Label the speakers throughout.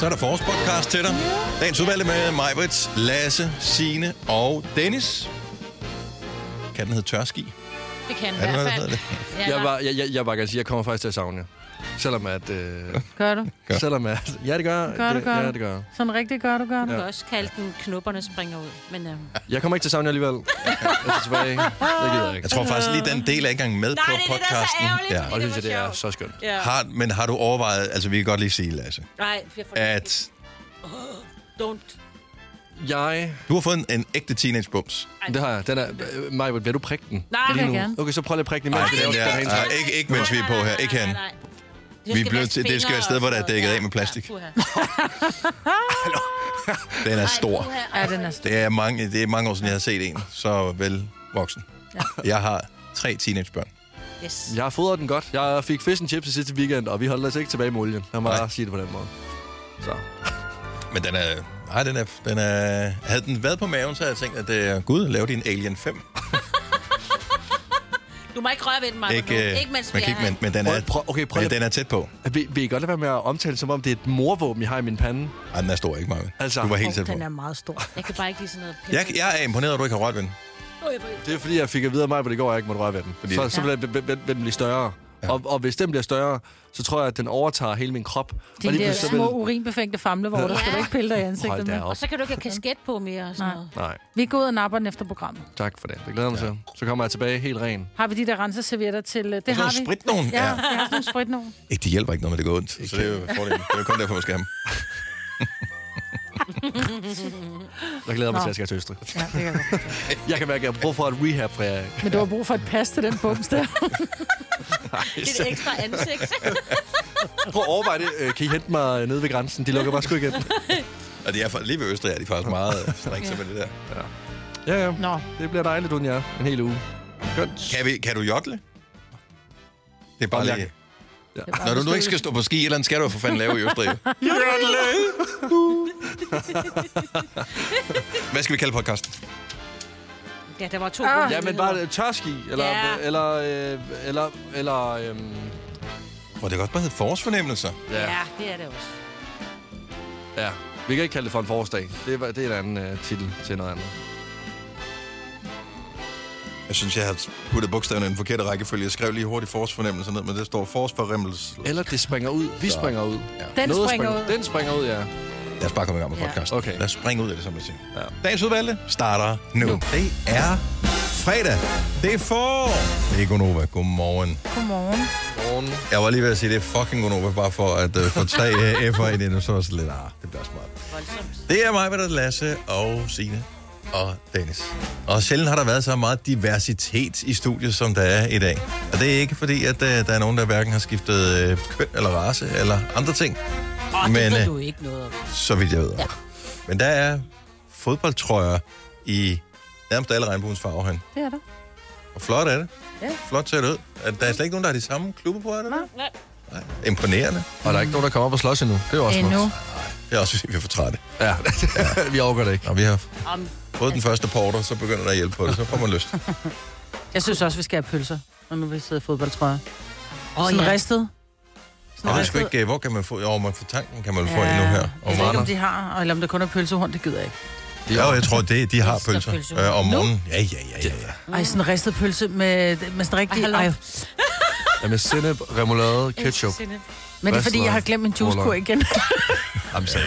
Speaker 1: Så er der forårspodcast til dig. Dagens udvalgte med Majbrits, Lasse, Sine og Dennis. Kan den hedde Tørski?
Speaker 2: Det kan i
Speaker 1: Er det
Speaker 2: hvert
Speaker 1: noget, der
Speaker 2: fald.
Speaker 1: hedder
Speaker 2: Ja,
Speaker 3: Jeg, var, jeg, jeg, jeg bare kan sige, jeg kommer faktisk til at savne jer. Selvom at... Øh,
Speaker 4: Gør du?
Speaker 1: Gør.
Speaker 3: selvom at... Ja, det gør jeg.
Speaker 4: Gør du,
Speaker 3: Det-
Speaker 4: gør
Speaker 3: Ja,
Speaker 4: du.
Speaker 3: det gør jeg.
Speaker 4: Sådan rigtig gør du, gør du.
Speaker 2: Du
Speaker 4: Ja.
Speaker 2: kan også kalde den knopperne springer ud. Men øhm,
Speaker 3: Jeg kommer ikke til at savne jer alligevel. Jeg er tilbage. Det gider jeg ikke.
Speaker 1: Jeg tror faktisk lige, den del er ikke engang med
Speaker 2: Nej,
Speaker 1: på
Speaker 2: det er det, der er så
Speaker 1: podcasten.
Speaker 2: ærgerligt.
Speaker 3: Og det synes jeg, det er
Speaker 2: sjovt.
Speaker 3: så skønt.
Speaker 2: ja.
Speaker 1: Har, men har du overvejet, altså vi kan godt lige sige, Lasse,
Speaker 2: Nej, jeg får at...
Speaker 1: at
Speaker 2: Don't.
Speaker 3: Jeg...
Speaker 1: du har fået en, en ægte teenage bums.
Speaker 3: Det har jeg. Den er... øh, Maja, vil du prikke den?
Speaker 2: Nej,
Speaker 4: vil
Speaker 2: nej,
Speaker 4: jeg gerne.
Speaker 3: Okay, så prøv lige at prikke den,
Speaker 1: Ej,
Speaker 3: imens vi
Speaker 1: den
Speaker 3: laver
Speaker 1: der,
Speaker 3: den her
Speaker 1: ej, ikke, ikke mens vi er på her. Ikke
Speaker 2: nej,
Speaker 1: herinde.
Speaker 2: nej.
Speaker 1: Vi
Speaker 2: skal
Speaker 1: bliver
Speaker 2: vaske
Speaker 1: til- det skal
Speaker 2: fingre
Speaker 1: være et sted,
Speaker 2: og
Speaker 1: hvor der er
Speaker 2: sådan
Speaker 1: dækket
Speaker 2: noget.
Speaker 1: af med plastik.
Speaker 2: Ja, puha.
Speaker 1: Den er
Speaker 2: Ej,
Speaker 1: stor.
Speaker 2: puha,
Speaker 4: Ja,
Speaker 2: ej.
Speaker 4: den er stor.
Speaker 1: Det er mange, det er mange år siden, jeg har set en, så vel voksen. Jeg har tre teenagebørn.
Speaker 2: Yes.
Speaker 3: Jeg har fodret den godt. Jeg fik fish and chips i sidste weekend, og vi holdt altså ikke tilbage med olien. Lad mig
Speaker 1: Nej.
Speaker 3: bare sige det på den måde. Så.
Speaker 1: Men den er... Nej, den er, den er... Havde den været på maven, så havde jeg tænkt, at øh, Gud, lav din Alien 5.
Speaker 2: Du må ikke røre ved den, Marco.
Speaker 1: Ikke,
Speaker 2: Ikke,
Speaker 1: øh,
Speaker 2: ikke mens vi
Speaker 1: man
Speaker 2: er
Speaker 1: kan ikke,
Speaker 2: her.
Speaker 1: men, men den
Speaker 3: Prøv-
Speaker 1: er,
Speaker 3: prøv- okay, prøv
Speaker 1: men
Speaker 3: lige-
Speaker 1: den er tæt på.
Speaker 3: Vil, vil I godt lade være med at omtale, som om det er et morvåben, jeg har i min pande?
Speaker 1: Ej, den er stor, ikke meget.
Speaker 3: Altså,
Speaker 1: du var helt tæt
Speaker 4: Oh,
Speaker 1: på.
Speaker 4: den er meget stor.
Speaker 2: Jeg kan bare ikke lide sådan noget. pille.
Speaker 1: Jeg, jeg er imponeret, at du ikke har rørt ved den.
Speaker 2: Åh, jeg får helt-
Speaker 3: Det er fordi, jeg fik at vide af mig, hvor det går, at jeg ikke måtte røre ved den.
Speaker 1: Fordi-
Speaker 3: Fordi... Så, så vil, den- vil, vil, vil den blive større. Ja. Og, og hvis den bliver større, så tror jeg, at den overtager hele min krop. og
Speaker 4: De
Speaker 3: lige
Speaker 4: der
Speaker 3: pludselig
Speaker 4: små urinbefængte famlevorter, skal du ikke pille dig i
Speaker 3: så vil... Hold
Speaker 4: ansigtet
Speaker 3: da
Speaker 4: med.
Speaker 3: op.
Speaker 2: Så kan du ikke have kasket på mere og sådan
Speaker 4: Nej.
Speaker 2: noget.
Speaker 3: Nej,
Speaker 4: Vi går ud og napper den efter programmet.
Speaker 3: tak for det. Det glæder mig ja. til. Så kommer jeg tilbage helt ren.
Speaker 4: Har vi de der renseservietter til... øh, Det
Speaker 1: Sådan
Speaker 4: har
Speaker 1: nogle
Speaker 4: vi.
Speaker 1: sprit nogen.
Speaker 4: Ja,
Speaker 1: Ja.
Speaker 4: vi har sådan nogle sprit nogen.
Speaker 1: Ikke, det hjælper ikke noget, med det går ondt. Så det er jo fordelen. Det er jo kun derfor, man skal have dem.
Speaker 3: Jeg glæder mig
Speaker 4: Nå.
Speaker 3: til, at jeg skal til Østrig.
Speaker 4: Ja, det kan jeg godt.
Speaker 3: Jeg kan mærke, at jeg har brug for et rehab fra jer.
Speaker 4: Men du har brug for et pas til den bums der.
Speaker 2: Det er et ekstra ansigt.
Speaker 3: Prøv at overveje det. Øh, Kan I hente mig nede ved grænsen? De lukker bare sgu igen.
Speaker 1: Og det er for, lige ved Østrig er de faktisk meget øh, strikse med det der.
Speaker 3: Ja, ja.
Speaker 4: Nå,
Speaker 3: Det bliver dejligt, uden jer. En hel uge. Skønt.
Speaker 1: Kan, vi, kan du jodle? Det er bare
Speaker 3: Om jeg-
Speaker 1: lige...
Speaker 4: det er bare
Speaker 1: Når du nu
Speaker 4: bestemt.
Speaker 1: ikke skal stå på ski, eller andet, skal du for fanden lave i Østrig. Jodle! Hvad skal vi kalde podcasten?
Speaker 2: Ja, der var to
Speaker 4: Ah.
Speaker 2: gode
Speaker 3: Ja, men bare tørski, eller,
Speaker 2: Ja.
Speaker 3: eller, øh, eller, eller, øhm,
Speaker 1: Hvor det kan godt bare hedde forårsfornemmelser.
Speaker 3: ja.
Speaker 2: Ja, det er det også.
Speaker 3: Ja, vi kan ikke kalde det for en forårsdag. Det er, det er en anden øh, titel til noget andet.
Speaker 1: Jeg synes, jeg har puttet bogstaverne i den forkerte rækkefølge. Jeg skrev lige hurtigt forårsfornemmelser ned, men det står forårsfornemmelser.
Speaker 3: Eller det springer ud. Vi springer ud.
Speaker 4: Den springer ud.
Speaker 3: Den springer ud, ja.
Speaker 1: Lad os bare komme i gang med
Speaker 2: Ja.
Speaker 1: podcasten.
Speaker 3: Okay.
Speaker 1: Lad os springe ud af det, som jeg siger.
Speaker 3: Ja.
Speaker 1: Dagens udvalgte starter nu. nu. Det er fredag. Det er forår. Det er Gonova. Godmorgen.
Speaker 4: Godmorgen.
Speaker 3: Morgen.
Speaker 1: Jeg var lige ved at sige, det er fucking Gonova, bare for at uh, få tre uh, F'er ind i det. Så var jeg sådan lidt, ah, det bliver smart.
Speaker 2: Voldsomt.
Speaker 1: Det er mig, hvad der er Lasse og Signe og Dennis. Og sjældent har der været så meget diversitet i studiet, som der er i dag. Og det er ikke fordi, at uh, der er nogen, der hverken har skiftet øh, køn eller race eller andre ting,
Speaker 2: Åh, det
Speaker 1: Men,
Speaker 2: ved
Speaker 1: øh,
Speaker 2: du ikke noget om.
Speaker 1: så vidt jeg ved. Ja. Men der er fodboldtrøjer i nærmest alle regnbuens farver hen.
Speaker 4: Det er der.
Speaker 1: Og flot er det.
Speaker 4: Ja.
Speaker 1: Flot ser det ud. Er- Der er slet ikke nogen, der har de samme klubber på, er det? det?
Speaker 2: Nej.
Speaker 1: Nej. Imponerende.
Speaker 3: Og der er ikke nogen, der kommer op og slås endnu. Det er jo også
Speaker 4: Endnu.
Speaker 3: noget.
Speaker 1: Det er også, fordi vi er for trætte.
Speaker 3: Ja, vi overgår det ikke.
Speaker 1: Når vi har
Speaker 2: Om,
Speaker 1: fået den første porter, så begynder der at hjælpe på det. Så får man lyst.
Speaker 4: Jeg synes også, vi skal have pølser, når nu vi sidder i fodboldtrøje.
Speaker 2: åh,
Speaker 4: Sådan
Speaker 2: ja.
Speaker 4: ristet.
Speaker 1: Nå, det er sgu
Speaker 4: ristet.
Speaker 1: ikke, hvor kan man få... Jo, man får tanken kan man få ja. endnu her.
Speaker 4: Jeg
Speaker 1: Om
Speaker 4: ved ikke, om
Speaker 1: morgenen.
Speaker 4: de har, eller om det kun er pølsehorn, det gider jeg ikke.
Speaker 1: Jo, jeg tror, det, de har
Speaker 2: Pølser,
Speaker 1: pølser.
Speaker 2: pølser.
Speaker 1: Øh, om morgenen. Ja, ja, ja, ja. ja.
Speaker 4: Ej, sådan en ristet pølse med, med sådan rigtig...
Speaker 2: Ej, hold op.
Speaker 4: Ej,
Speaker 3: Ja, med sennep, remoulade, ketchup.
Speaker 4: men det er fordi, jeg har glemt min juicekur igen.
Speaker 1: I'm sorry.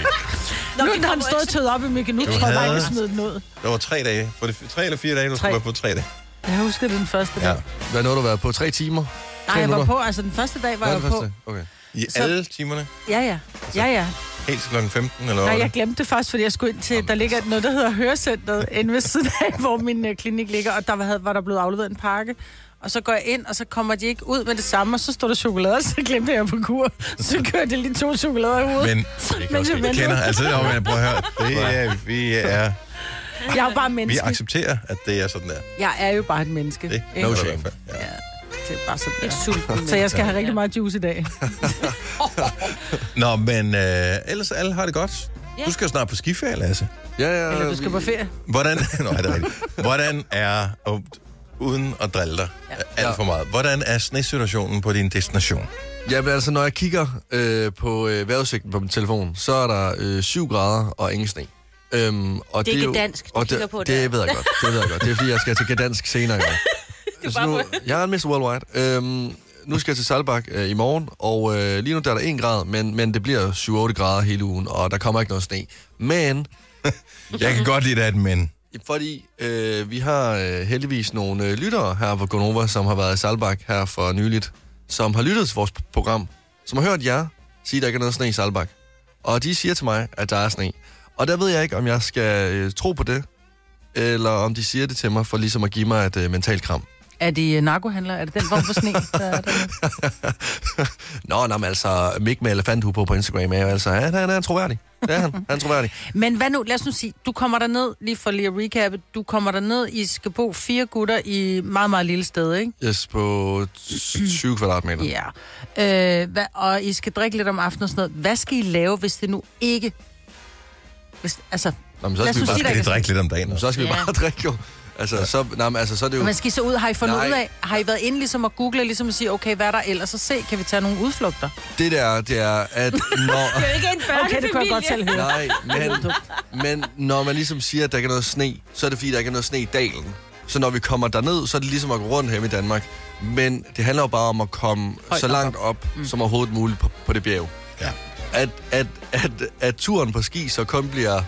Speaker 2: Nå,
Speaker 4: nu
Speaker 2: det
Speaker 4: har den
Speaker 2: kommer
Speaker 4: stået
Speaker 2: ikke.
Speaker 4: tøet op i myggen. Nu
Speaker 1: Du
Speaker 4: tror jeg bare, jeg
Speaker 1: havde-
Speaker 4: kan smide den ud.
Speaker 1: Det var tre dage. Var det f- tre eller fire dage, du skulle være på tre dage?
Speaker 4: Jeg husker det den første
Speaker 1: Ja.
Speaker 4: dag.
Speaker 3: Hvad nåede du været på? Tre timer?
Speaker 4: Nej, jeg var på. Altså, den første dag var
Speaker 3: Hvad er
Speaker 4: jeg
Speaker 3: det Altså-
Speaker 4: på.
Speaker 3: første? Okay.
Speaker 1: I
Speaker 4: Så-
Speaker 1: alle timerne.
Speaker 4: Ja, ja. Ja, ja.
Speaker 1: Helt til klokken 15, eller
Speaker 4: Nej,
Speaker 1: hvad?
Speaker 4: jeg glemte det faktisk, fordi jeg skulle ind til... Der ligger noget, der hedder Hørecenteret inde ved siden af, hvor min øh, klinik ligger, og der var, var der blevet afleveret en pakke. Og så går jeg ind, og så kommer de ikke ud med det samme, og så står der chokolade, og så glemte jeg på kur. Så kørte jeg lige to chokolader i hovedet.
Speaker 1: Men
Speaker 4: kan også
Speaker 1: vi
Speaker 4: godt.
Speaker 1: kender altså det, men prøv at høre. Det er, vi er,
Speaker 4: Men... Jeg er jo bare
Speaker 1: vi
Speaker 4: menneske.
Speaker 1: accepterer, at det er sådan der.
Speaker 4: Jeg er jo bare et menneske.
Speaker 1: Det
Speaker 4: ikke?
Speaker 1: er der i
Speaker 3: shame.
Speaker 1: hvert fald. Ja.
Speaker 4: Det er bare sådan der.
Speaker 2: Ikke sulten.
Speaker 4: Så jeg skal have
Speaker 2: Ja.
Speaker 4: rigtig meget juice i dag.
Speaker 1: Nå, men øh, ellers alle har det godt.
Speaker 2: Ja.
Speaker 1: Du skal jo snart på skiferie, Lasse.
Speaker 3: Ja, øh, ja.
Speaker 4: Eller du skal
Speaker 3: vi-
Speaker 4: på ferie.
Speaker 1: Hvordan, Nå, er det rigtigt. Hvordan er... Og, uden at drille dig ja. alt for meget. Hvordan er snesituationen på din destination?
Speaker 3: Jamen altså, når jeg kigger øh, på øh, vejrudsigten på min telefon, så er der øh, 7 grader og ingen sne. Øhm, og
Speaker 2: Det er ikke dansk, du
Speaker 3: og
Speaker 2: kigger på
Speaker 3: det,
Speaker 2: der.
Speaker 3: det ved jeg godt. Det ved jeg godt. Det er fordi, jeg skal til Gdansk senere. i år. Så
Speaker 2: bare
Speaker 3: nu,
Speaker 2: for-
Speaker 3: jeg er en Mr. Worldwide. Øhm, nu skal jeg til Salbak øh, i morgen, og øh, lige nu der er der 1 grad, men, men det bliver 7-8 grader hele ugen, og der kommer ikke noget sne. Men
Speaker 1: Jeg kan godt lide det, at men...
Speaker 3: fordi øh, vi har øh, heldigvis nogle øh, lyttere her på Gonova, som har været i Salbak her for nyligt, som har lyttet til vores p- program, som har hørt jer sige, at der ikke er noget sne i Salbak. Og de siger til mig, at der er sne. Og der ved jeg ikke, om jeg skal øh, tro på det, eller om de siger det til mig for ligesom at give mig et øh, mentalt kram.
Speaker 4: Er det øh, narkohandler? Er det den form for sne, der er der?
Speaker 3: Nå, nå men altså, Mik med elefanthue på på Instagram er jo altså, han, han er troværdig. Det er han, han er troværdig.
Speaker 4: Men hvad nu, lad os nu sige, du kommer der ned lige for lige at recappe, du kommer der ned i skal bo fire gutter i meget, meget lille sted, ikke?
Speaker 3: Yes, på t- 20 kvadratmeter.
Speaker 4: Ja. Øh, hvad, og I skal drikke lidt om aftenen og sådan noget. Hvad skal I lave, hvis det nu ikke... Hvis, altså,
Speaker 3: Nå, men så
Speaker 4: Lad os
Speaker 3: skal, vi
Speaker 4: nu
Speaker 3: bare,
Speaker 4: sige,
Speaker 1: Skal de
Speaker 4: ikke-
Speaker 1: drikke lidt om dagen?
Speaker 3: så skal vi
Speaker 2: Ja.
Speaker 3: bare drikke jo. Altså, så, nej, men altså, så er det jo...
Speaker 4: man skal I så ud, har I fundet
Speaker 3: Nej.
Speaker 4: ud af, har I været inde ligesom at google, ligesom at sige, okay, hvad er der ellers at se? Kan vi tage nogle udflugter?
Speaker 3: Det der, det er, at når...
Speaker 2: Det er ikke en
Speaker 4: Okay, det kunne jeg godt selv høre.
Speaker 3: Nej, men, men når man ligesom siger, at der ikke er noget sne, så er det fordi, der ikke er noget sne i dalen. Så når vi kommer derned, så er det ligesom at gå rundt her i Danmark. Men det handler jo bare om at komme
Speaker 4: Højt
Speaker 3: så
Speaker 4: nok Mm.
Speaker 3: langt op, som overhovedet muligt på, på det bjerg.
Speaker 1: Ja.
Speaker 3: At, at, at, at turen på ski så kun bliver...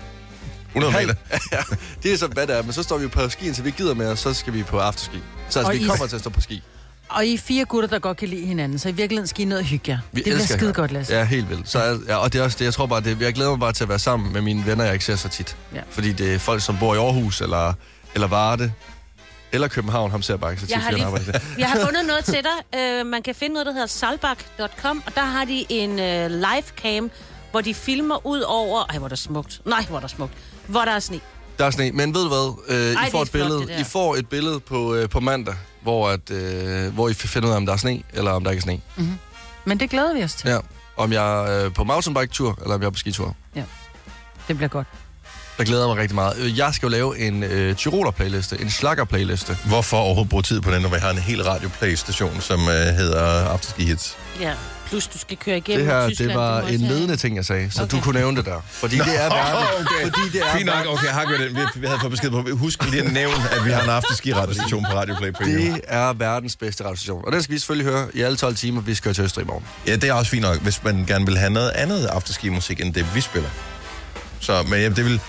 Speaker 1: 100 meter?
Speaker 3: Ja, det er så, hvad det er. Men så står vi jo på ski, indtil vi gider med, og så skal vi på afterski. Så altså,
Speaker 4: Og
Speaker 3: vi
Speaker 4: is.
Speaker 3: kommer til at stå på ski.
Speaker 4: Og I er fire gutter, der godt kan lide hinanden, så i virkeligheden skal I ned og hygge jer.
Speaker 3: Vi
Speaker 4: det bliver
Speaker 3: elsker
Speaker 4: skide
Speaker 3: hinanden.
Speaker 4: godt, Lasse.
Speaker 3: Ja, helt vildt. Så, er- ja, og det er også det, jeg tror bare, det, jeg glæder mig bare til at være sammen med mine venner, jeg ikke ser så tit.
Speaker 4: Ja.
Speaker 3: Fordi det er folk, som bor i Aarhus, eller, eller Varde, eller København, ham ser jeg bare ikke så tit,
Speaker 2: Jeg har
Speaker 3: fordi han
Speaker 2: lige-
Speaker 3: arbejder der.
Speaker 2: Jeg har fundet noget til dig. Øh, man kan finde noget, der hedder salbak.com, og der har de en øh, livecam, hvor de filmer ud over... Ej, hvor er der smukt. Nej, hvor er der smukt. Hvor der er sne.
Speaker 3: Der er sne, men ved du hvad? Øh,
Speaker 2: Ej,
Speaker 3: I, får
Speaker 2: det er
Speaker 3: et
Speaker 2: flot,
Speaker 3: billede,
Speaker 2: det der.
Speaker 3: I får et billede på, øh, på mandag, hvor, at, øh, hvor I finder ud af, om der er sne, eller om der ikke er sne.
Speaker 4: Men det glæder vi os til.
Speaker 3: Ja. Om jeg er øh, på mountainbike-tur, eller om jeg er på skitur.
Speaker 4: Det bliver godt.
Speaker 3: Der glæder jeg mig rigtig meget. Øh, Jeg skal jo lave en øh, Tiroler-playliste, en slager-playliste.
Speaker 1: Hvorfor overhovedet bruge tid på den, når vi har en hel radioplaystation, som øh, hedder Afterski Hits?
Speaker 2: Ja. Plus, du skal køre igennem
Speaker 3: Det her,
Speaker 2: Tyskland.
Speaker 3: det
Speaker 2: Du
Speaker 3: var
Speaker 2: må også
Speaker 3: en
Speaker 2: have-
Speaker 3: ledende ting, jeg sagde, så
Speaker 2: Okay.
Speaker 3: okay. du kunne nævne det der. Fordi Nå, det er verden.
Speaker 1: okay.
Speaker 3: Fordi det er
Speaker 1: Fint nok, okay, hak med den. Vi, vi havde fået besked på, husk lige at nævne, at vi har en afterski-radiostation på Radio Play Premium.
Speaker 3: Det er verdens bedste radiostation. Og den skal vi selvfølgelig høre i alle 12 timer, vi skal køre til Østrig i morgen.
Speaker 1: Ja, det er også fint nok, hvis man gerne vil have noget andet afterski-musik, end det vi spiller. Så, men ja, det vil...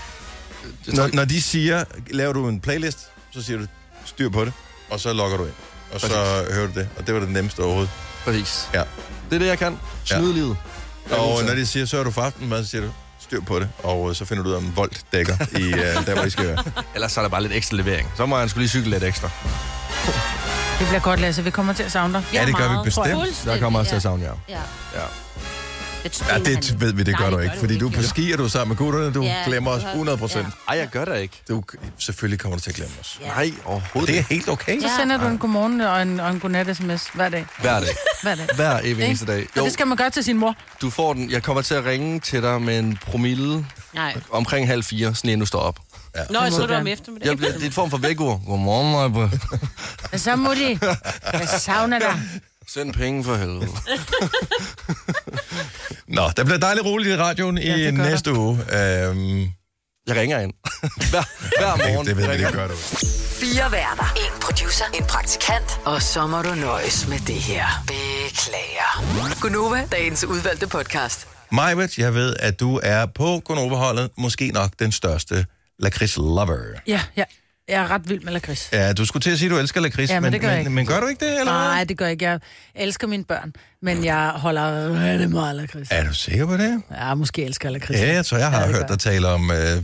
Speaker 1: Når, når de siger, laver du en playlist, så siger du, styr på det, og så logger du ind. Og så
Speaker 3: Præcis.
Speaker 1: hører du det, og det var det nemmeste overhovedet.
Speaker 3: Præcis.
Speaker 1: Ja.
Speaker 3: Det er det, jeg kan. Snyde ja. livet.
Speaker 1: Og når de siger, så er du for aftenmad, så siger du, styr på det, og øh, så finder du ud af, om volt dækker, i, øh, der hvor I skal være.
Speaker 3: Ellers så er der bare lidt ekstra levering. Så må han skulle lige cykle lidt ekstra.
Speaker 4: Det bliver godt, Lasse. Vi kommer til at savne dig.
Speaker 1: Ja, det gør vi
Speaker 2: meget, tror jeg.
Speaker 1: bestemt.
Speaker 2: Fuldstændig,
Speaker 3: Jeg kommer også til
Speaker 2: ja.
Speaker 3: at savne jer.
Speaker 2: Ja.
Speaker 3: Ja.
Speaker 2: Det
Speaker 1: Ja, det ved vi, det gør du ikke, fordi du er på ski, og du er sammen med gutterne, du
Speaker 2: Ja,
Speaker 1: glemmer os
Speaker 2: du har-
Speaker 1: 100 procent.
Speaker 3: Ej, jeg gør det ikke.
Speaker 1: Du, selvfølgelig kommer du til at glemme os.
Speaker 2: Ja.
Speaker 3: Nej,
Speaker 1: Og
Speaker 3: overhovedet
Speaker 1: det er
Speaker 3: ikke.
Speaker 1: helt okay.
Speaker 4: Så
Speaker 2: Ja.
Speaker 4: sender du en godmorgen øh, og en, og en godnat-sms hver dag.
Speaker 3: Hver dag.
Speaker 4: Hver dag.
Speaker 3: Hver evig eneste dag.
Speaker 4: Og
Speaker 3: Jo,
Speaker 4: det skal man gøre til sin mor.
Speaker 3: du får den. Jeg kommer til at ringe til dig med en promille
Speaker 2: Nej.
Speaker 3: omkring halv fire, sådan inden du står op.
Speaker 2: Nå, jeg så
Speaker 4: Sådan.
Speaker 2: du om eftermiddagen.
Speaker 3: Jeg bliver, det er et form for vækord. Godmorgen, Majbrit.
Speaker 4: Men så må de. Jeg savner dig.
Speaker 3: Send penge for helvede.
Speaker 1: Nå, der bliver dejligt roligt i radioen
Speaker 4: Ja,
Speaker 1: i
Speaker 4: det gør der.
Speaker 1: næste uge. Øhm,
Speaker 3: Jeg ringer ind. hver, hver morgen.
Speaker 1: det, det ved vi,
Speaker 3: ringer
Speaker 1: det gør du.
Speaker 5: Fire værter. En producer. En praktikant. Og så må du nøjes med det her. Beklager. Gunova, dagens udvalgte podcast.
Speaker 1: Majbert, jeg ved, at du er på Konoverholdet, måske nok den største lakrids lover.
Speaker 4: Ja, ja. Jeg er ret vild med lakrids.
Speaker 1: Ja, du skulle til at sige, at du elsker lakrids,
Speaker 4: Ja, men
Speaker 1: men,
Speaker 4: det gør jeg
Speaker 1: men,
Speaker 4: ikke.
Speaker 1: men gør du ikke det, eller
Speaker 4: Nej, det gør jeg ikke. Jeg elsker mine børn, men jeg holder rigtig meget af lakrids.
Speaker 1: hvad? Er du sikker på det?
Speaker 4: Ja, måske elsker jeg lakrids.
Speaker 1: Ja, jeg tror, jeg har
Speaker 4: Ja,
Speaker 1: ja,
Speaker 4: det gør
Speaker 1: hørt dig tale om, øh, ja. om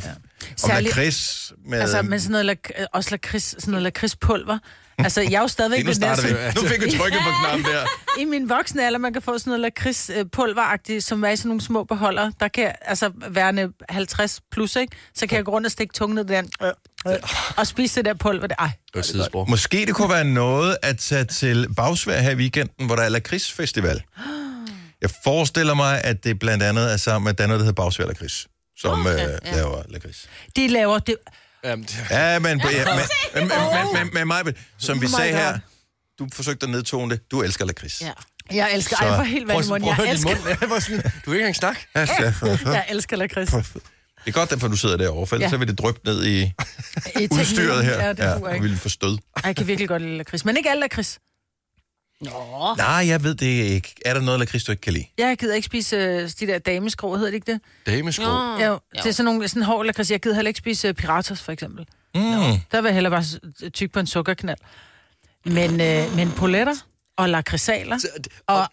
Speaker 4: Særlig-
Speaker 1: lakrids med...
Speaker 4: Altså, med sådan noget, lak- øh, også lakrids, sådan noget lakridspulver. Altså, jeg er jo stadigvæk...
Speaker 1: nu
Speaker 4: den der
Speaker 1: starter vi.
Speaker 4: sådan-
Speaker 1: Nu fik vi trykket på knappen der.
Speaker 4: I min voksne alder, man kan få sådan noget lakridspulveragtigt, som er i sådan nogle små beholder. Der kan, altså værende 50 plus, ikke? Så kan jeg gå rundt og stikke tungen ned i den, øh, øh, og spise det der pulver. Det- Ej,
Speaker 3: Det var et sidespor.
Speaker 1: Måske det kunne være noget at tage til Bagsvær her i weekenden, hvor der er lakridsfestival. Jeg forestiller mig, at det blandt andet er sammen med Danmark, der hedder Bagsvær Lakrids, som okay, øh, laver lakrids.
Speaker 4: de laver det...
Speaker 3: Jamen, det...
Speaker 1: Ja, men, ja, men, men, men, men, men, men Majbet, som vi
Speaker 4: Oh my
Speaker 1: sagde her,
Speaker 4: God.
Speaker 1: du forsøgte at nedtone det. Du elsker lakrids.
Speaker 2: Ja.
Speaker 4: Jeg elsker... Ej, for helt vand i munden. Jeg elsker,
Speaker 3: Du kan ikke engang snakke.
Speaker 4: jeg elsker lakrids.
Speaker 1: Det er godt, derfor du sidder derovre, for ellers
Speaker 4: Ja.
Speaker 1: så vil det dryppe ned i
Speaker 4: I teknikken.
Speaker 1: udstyret her.
Speaker 4: Ja, det duer
Speaker 1: og
Speaker 4: ikke.
Speaker 1: ville få stød.
Speaker 4: Ej, jeg kan virkelig godt lide lakrids. Men ikke alle lakrids.
Speaker 2: Nå,
Speaker 1: Nej, jeg ved det ikke. Er der noget lakrids, du ikke kan lide?
Speaker 4: Jeg gider ikke spise øh, de der dameskrå, hedder det ikke det?
Speaker 3: Damesko.
Speaker 4: Mm. Jo, det er sådan nogle sådan hård lakrids. Jeg gider heller ikke spise uh, piratas, for eksempel.
Speaker 1: Mm.
Speaker 4: Der vil jeg hellere bare s- tykke på en sukkerknald. Men, øh, men poletter og lakridsaler. Og,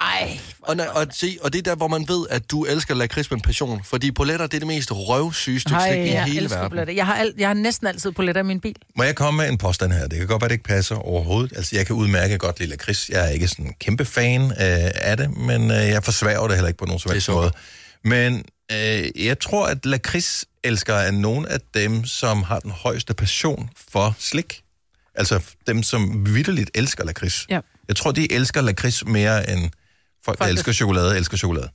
Speaker 4: ej,
Speaker 3: Og, nej, og, se, og det er der, hvor man ved, at du elsker lakrids med passion. Fordi poletter, det er det mest røvsyge stykke slik i
Speaker 4: jeg
Speaker 3: hele
Speaker 4: elsker
Speaker 3: verden.
Speaker 4: poletter. Jeg har, al, jeg har næsten altid poletter i min bil.
Speaker 1: Må jeg komme med en påstand her? Det kan godt være, det ikke passer overhovedet. Altså, jeg kan udmærke godt lille Chris. Jeg er ikke sådan en kæmpe fan øh, af det, men øh, jeg forsværger det heller ikke på nogen som helst måde. Men øh, jeg tror, at lakrids elsker er nogen af dem, som har den højeste passion for slik. Altså dem, som vidderligt elsker lakrids.
Speaker 4: Ja.
Speaker 1: Jeg tror, de elsker lakrids mere end folk, folk der
Speaker 4: der-
Speaker 1: elsker chokolade, elsker chokolade.